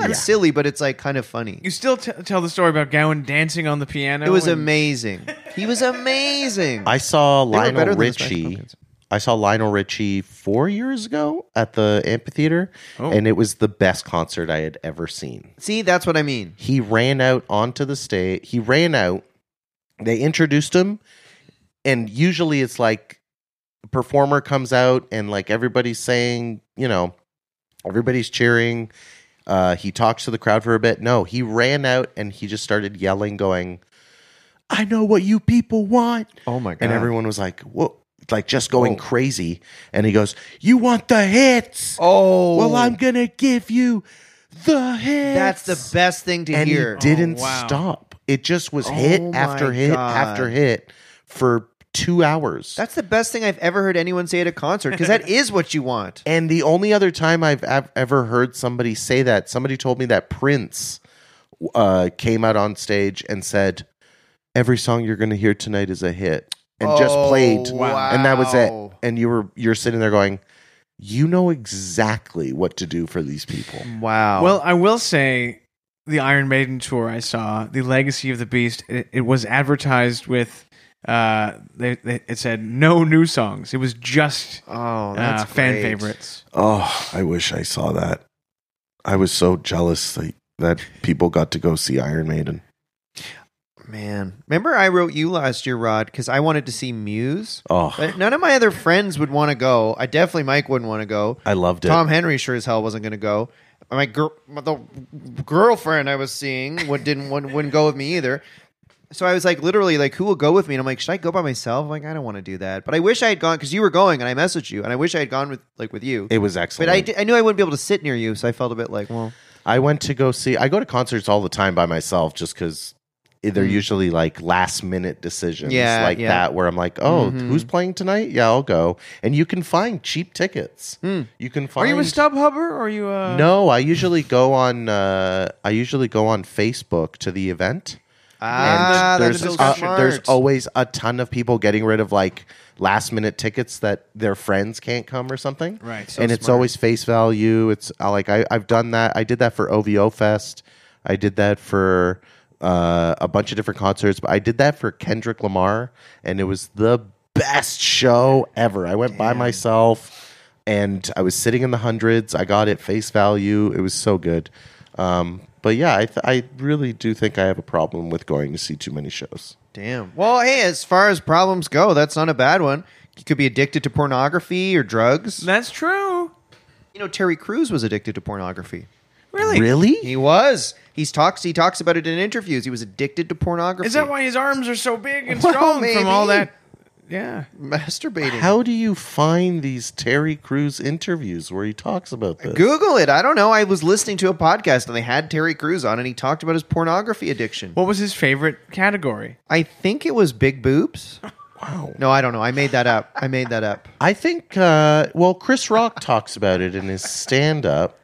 Speaker 2: Not
Speaker 4: Yeah.
Speaker 2: silly, but it's like kind of funny.
Speaker 3: You still t- tell the story about Gowan dancing on the piano.
Speaker 2: It was
Speaker 3: and-
Speaker 2: amazing. He was amazing.
Speaker 4: I saw
Speaker 2: were better
Speaker 4: Lionel
Speaker 2: than the Smash
Speaker 4: Richie.
Speaker 2: Pumpkins.
Speaker 4: I saw Lionel Richie four years ago at the amphitheater,
Speaker 2: Oh.
Speaker 4: and it was the best concert I had ever seen.
Speaker 2: See, that's what I mean.
Speaker 4: He ran out onto the stage. He ran out. They introduced him, and usually it's like a performer comes out and like everybody's saying, you know, everybody's cheering. Uh, he talks to the crowd for a bit. No, he ran out and he just started yelling, going, "I know what you people want."
Speaker 2: Oh my god! Oh.
Speaker 4: and everyone was like, "What?" Like just going crazy. And he goes, "You want the hits?
Speaker 2: Oh,
Speaker 4: Well, I'm gonna give you the hits."
Speaker 2: That's the best thing to
Speaker 4: And
Speaker 2: hear.
Speaker 4: he didn't
Speaker 3: Oh, wow.
Speaker 4: stop. It just was hit
Speaker 2: Oh
Speaker 4: after
Speaker 2: my
Speaker 4: hit
Speaker 2: God.
Speaker 4: after hit for two hours.
Speaker 2: That's the best thing I've ever heard anyone say at a concert because that is what you want.
Speaker 4: and the only other time I've ev- ever heard somebody say that, somebody told me that Prince uh, came out on stage and said, "Every song you're going to hear tonight is a hit," and just
Speaker 2: Oh,
Speaker 4: played,
Speaker 2: wow.
Speaker 4: and that was it. And you were you're sitting there going, "You know exactly what to do for these people."
Speaker 2: Wow.
Speaker 3: Well, I will say the Iron Maiden tour I saw, the Legacy of the Beast. It, it was advertised with. Uh, they, they, it said no new songs. It was just
Speaker 2: oh,
Speaker 3: uh,
Speaker 2: that's
Speaker 3: fan
Speaker 2: great.
Speaker 3: favorites.
Speaker 4: Oh, I wish I saw that. I was so jealous that, that people got to go see Iron Maiden.
Speaker 2: Man, remember I wrote you last year, Rod, because I wanted to see Muse,
Speaker 4: Oh,
Speaker 2: but none of my other friends would want to go. I definitely Mike wouldn't want to go.
Speaker 4: I loved it.
Speaker 2: Tom Henry sure as hell wasn't going to go. My girl, the girlfriend I was seeing would, didn't wouldn't, wouldn't go with me either. So I was like, literally, like, who will go with me? And I'm like, should I go by myself? I'm like, I don't want to do that. But I wish I had gone because you were going, and I messaged you, and I wish I had gone with like with you.
Speaker 4: it was
Speaker 2: but
Speaker 4: excellent.
Speaker 2: I, di- I knew I wouldn't be able to sit near you, so I felt a bit like, well,
Speaker 4: I went to go see. I go to concerts all the time by myself, just because they're usually like last minute decisions,
Speaker 2: Mm. Yeah,
Speaker 4: like
Speaker 2: yeah. Mm-hmm.
Speaker 4: that, where I'm like, oh, who's playing tonight? Yeah, I'll go. And you can find cheap tickets.
Speaker 2: Hmm.
Speaker 4: You can
Speaker 3: Are
Speaker 4: find.
Speaker 3: you a StubHubber or are you uh, a
Speaker 4: No, I usually go on. Uh, I usually go on Facebook to the event.
Speaker 2: ah,
Speaker 4: and
Speaker 2: that's
Speaker 4: there's
Speaker 2: so
Speaker 4: uh,
Speaker 2: smart.
Speaker 4: there's always a ton of people getting rid of like last minute tickets that their friends can't come or something.
Speaker 3: Right.
Speaker 4: and it's always face value. It's uh, like I, I've done that. I did that for OVO Fest. I did that for uh, a bunch of different concerts. But I did that for Kendrick Lamar, and it was the best show ever. I went by myself, and I was sitting in the hundreds. I got it face value. It was so good. Um, but yeah, I, th- I really do think I have a problem with going to see too many shows.
Speaker 2: Damn. Well, hey, as far as problems go, that's not a bad one. You could be addicted to pornography or drugs.
Speaker 3: That's true.
Speaker 2: You know, Terry Crews was addicted to pornography.
Speaker 3: Really?
Speaker 2: He was. He's talks. He talks about it in interviews. He was addicted to pornography.
Speaker 3: Is that why his arms are so big and
Speaker 2: Well,
Speaker 3: strong
Speaker 2: maybe.
Speaker 3: from all that? Yeah.
Speaker 2: masturbating?
Speaker 4: How do you find these Terry Crews interviews where he talks about this?
Speaker 2: Google it. I don't know. I was listening to a podcast and they had Terry Crews on, and he talked about his pornography addiction.
Speaker 3: What was his favorite category?
Speaker 2: I think it was big boobs.
Speaker 4: Wow.
Speaker 2: No, I don't know. I made that up. I made that up.
Speaker 4: I think, uh, well, Chris Rock talks about it in his stand up.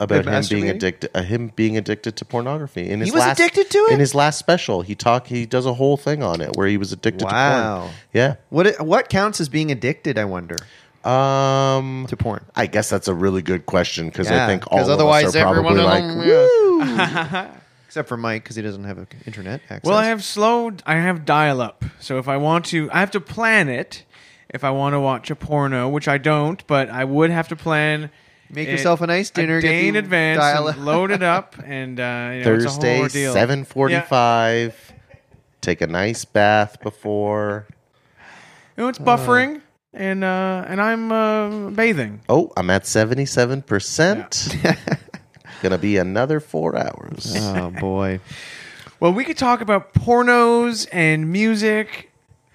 Speaker 4: About him being
Speaker 2: Masturbating?
Speaker 4: addicted, uh, him being addicted to pornography. In his
Speaker 2: was
Speaker 4: last,
Speaker 2: addicted to it?
Speaker 4: In his last special, he talk, he does a whole thing on it where he was addicted to
Speaker 2: Wow.
Speaker 4: porn. Yeah,
Speaker 2: What what counts as being addicted? I wonder
Speaker 4: um,
Speaker 2: to porn.
Speaker 4: I guess that's a really good question because I
Speaker 2: Yeah,
Speaker 4: think all
Speaker 2: 'cause
Speaker 4: of
Speaker 2: otherwise
Speaker 4: us are
Speaker 2: everyone
Speaker 4: probably
Speaker 2: will-
Speaker 4: like,
Speaker 2: yeah. Except for Mike because he doesn't have a- internet access.
Speaker 3: Well, I have slow. I have dial up. So if I want to, I have to plan it. If I want to watch a porno, which I don't, but I would have to plan.
Speaker 2: Make
Speaker 3: it
Speaker 2: yourself a nice dinner,
Speaker 3: a
Speaker 2: get
Speaker 3: day in
Speaker 2: the
Speaker 3: advance,
Speaker 2: dial-
Speaker 3: and load it up, and uh, you know, it's a whole
Speaker 4: Thursday,
Speaker 3: ordeal.
Speaker 4: seven forty-five. Take a nice bath before.
Speaker 3: You know, it's buffering, and uh, and I'm uh, bathing.
Speaker 4: Oh, I'm at seventy-seven percent. Gonna be another four hours.
Speaker 2: oh boy.
Speaker 3: Well, we could talk about pornos and music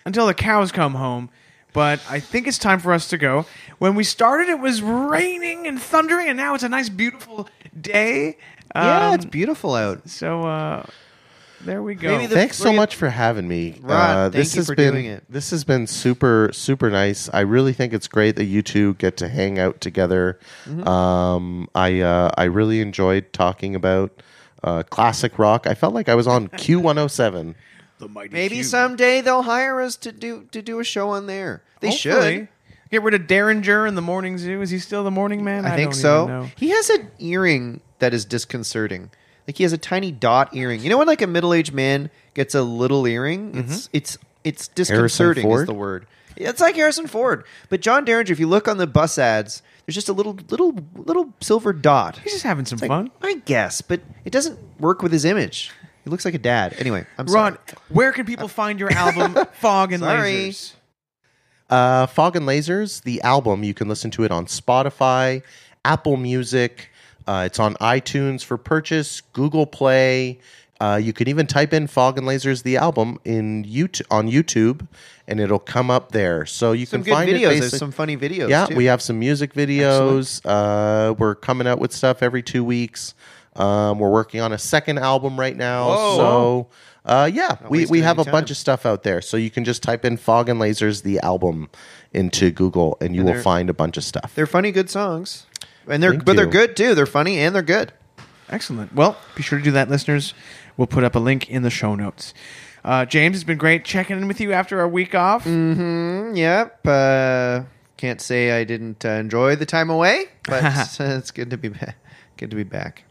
Speaker 3: until the cows come home, but I think it's time for us to go. When we started, it was raining and thundering, and now it's a nice, beautiful day.
Speaker 2: Yeah,
Speaker 3: Um,
Speaker 2: it's beautiful out.
Speaker 3: so uh, there we go.
Speaker 2: Maybe the-
Speaker 4: Thanks so
Speaker 2: friggin-
Speaker 4: much for having me.
Speaker 2: Rod,
Speaker 4: uh,
Speaker 2: thank
Speaker 4: this
Speaker 2: you
Speaker 4: has
Speaker 2: for
Speaker 4: been
Speaker 2: doing it.
Speaker 4: this has been super super nice. I really think it's great that you two get to hang out together.
Speaker 2: Mm-hmm.
Speaker 4: Um, I uh, I really enjoyed talking about uh, classic rock. I felt like I was on Q one hundred seven.
Speaker 2: Maybe someday they'll hire us to do to do a show on there. They
Speaker 3: Hopefully.
Speaker 2: should.
Speaker 3: Get rid of Derringer in the morning zoo. Is he still the morning man?
Speaker 2: I, think
Speaker 3: don't even
Speaker 2: so.
Speaker 3: know.
Speaker 2: He has an earring that is disconcerting. Like he has a tiny dot earring. You know when like a middle aged man gets a little earring? It's it's it's disconcerting is
Speaker 4: Ford?
Speaker 2: the word. It's like Harrison Ford. But John Derringer, if you look on the bus ads, there's just a little little little silver dot.
Speaker 3: He's just having some
Speaker 2: Like,
Speaker 3: fun.
Speaker 2: I guess, but it doesn't work with his image. He looks like a dad. Anyway, I'm
Speaker 3: Ron,
Speaker 2: sorry.
Speaker 3: where can people find your album, Fog and
Speaker 2: Sorry.
Speaker 3: Lasers?
Speaker 4: Uh, Fog and Lasers, the album, you can listen to it on Spotify, Apple Music. Uh, it's on iTunes for purchase, Google Play. Uh, you can even type in "Fog and Lasers" the album in YouTube, on YouTube, and it'll come up there. So you
Speaker 2: Some
Speaker 4: can
Speaker 2: good
Speaker 4: find it.
Speaker 2: videos. There's
Speaker 4: basic-
Speaker 2: some funny videos.
Speaker 4: yeah,
Speaker 2: too.
Speaker 4: we have some music videos. Uh, we're coming out with stuff every two weeks. Um, we're working on a second album right now. So, uh, yeah, we,
Speaker 2: wasting
Speaker 4: we have
Speaker 2: any
Speaker 4: a bunch
Speaker 2: time.
Speaker 4: of stuff out there. So you can just type in Fog and Lasers, the album, into Google, and you will
Speaker 2: they're-
Speaker 4: find a bunch of stuff.
Speaker 2: They're funny, good songs, and they're
Speaker 4: Thank
Speaker 2: but they're
Speaker 4: you.
Speaker 2: good too. They're funny and they're good.
Speaker 3: Excellent. Well, be sure to do that, listeners. We'll put up a link in the show notes. Uh, James, it's been great checking in with you after our week off.
Speaker 2: Mm, Yep. Uh, can't say I didn't uh, enjoy the time away, but it's good to be back. Good to be back.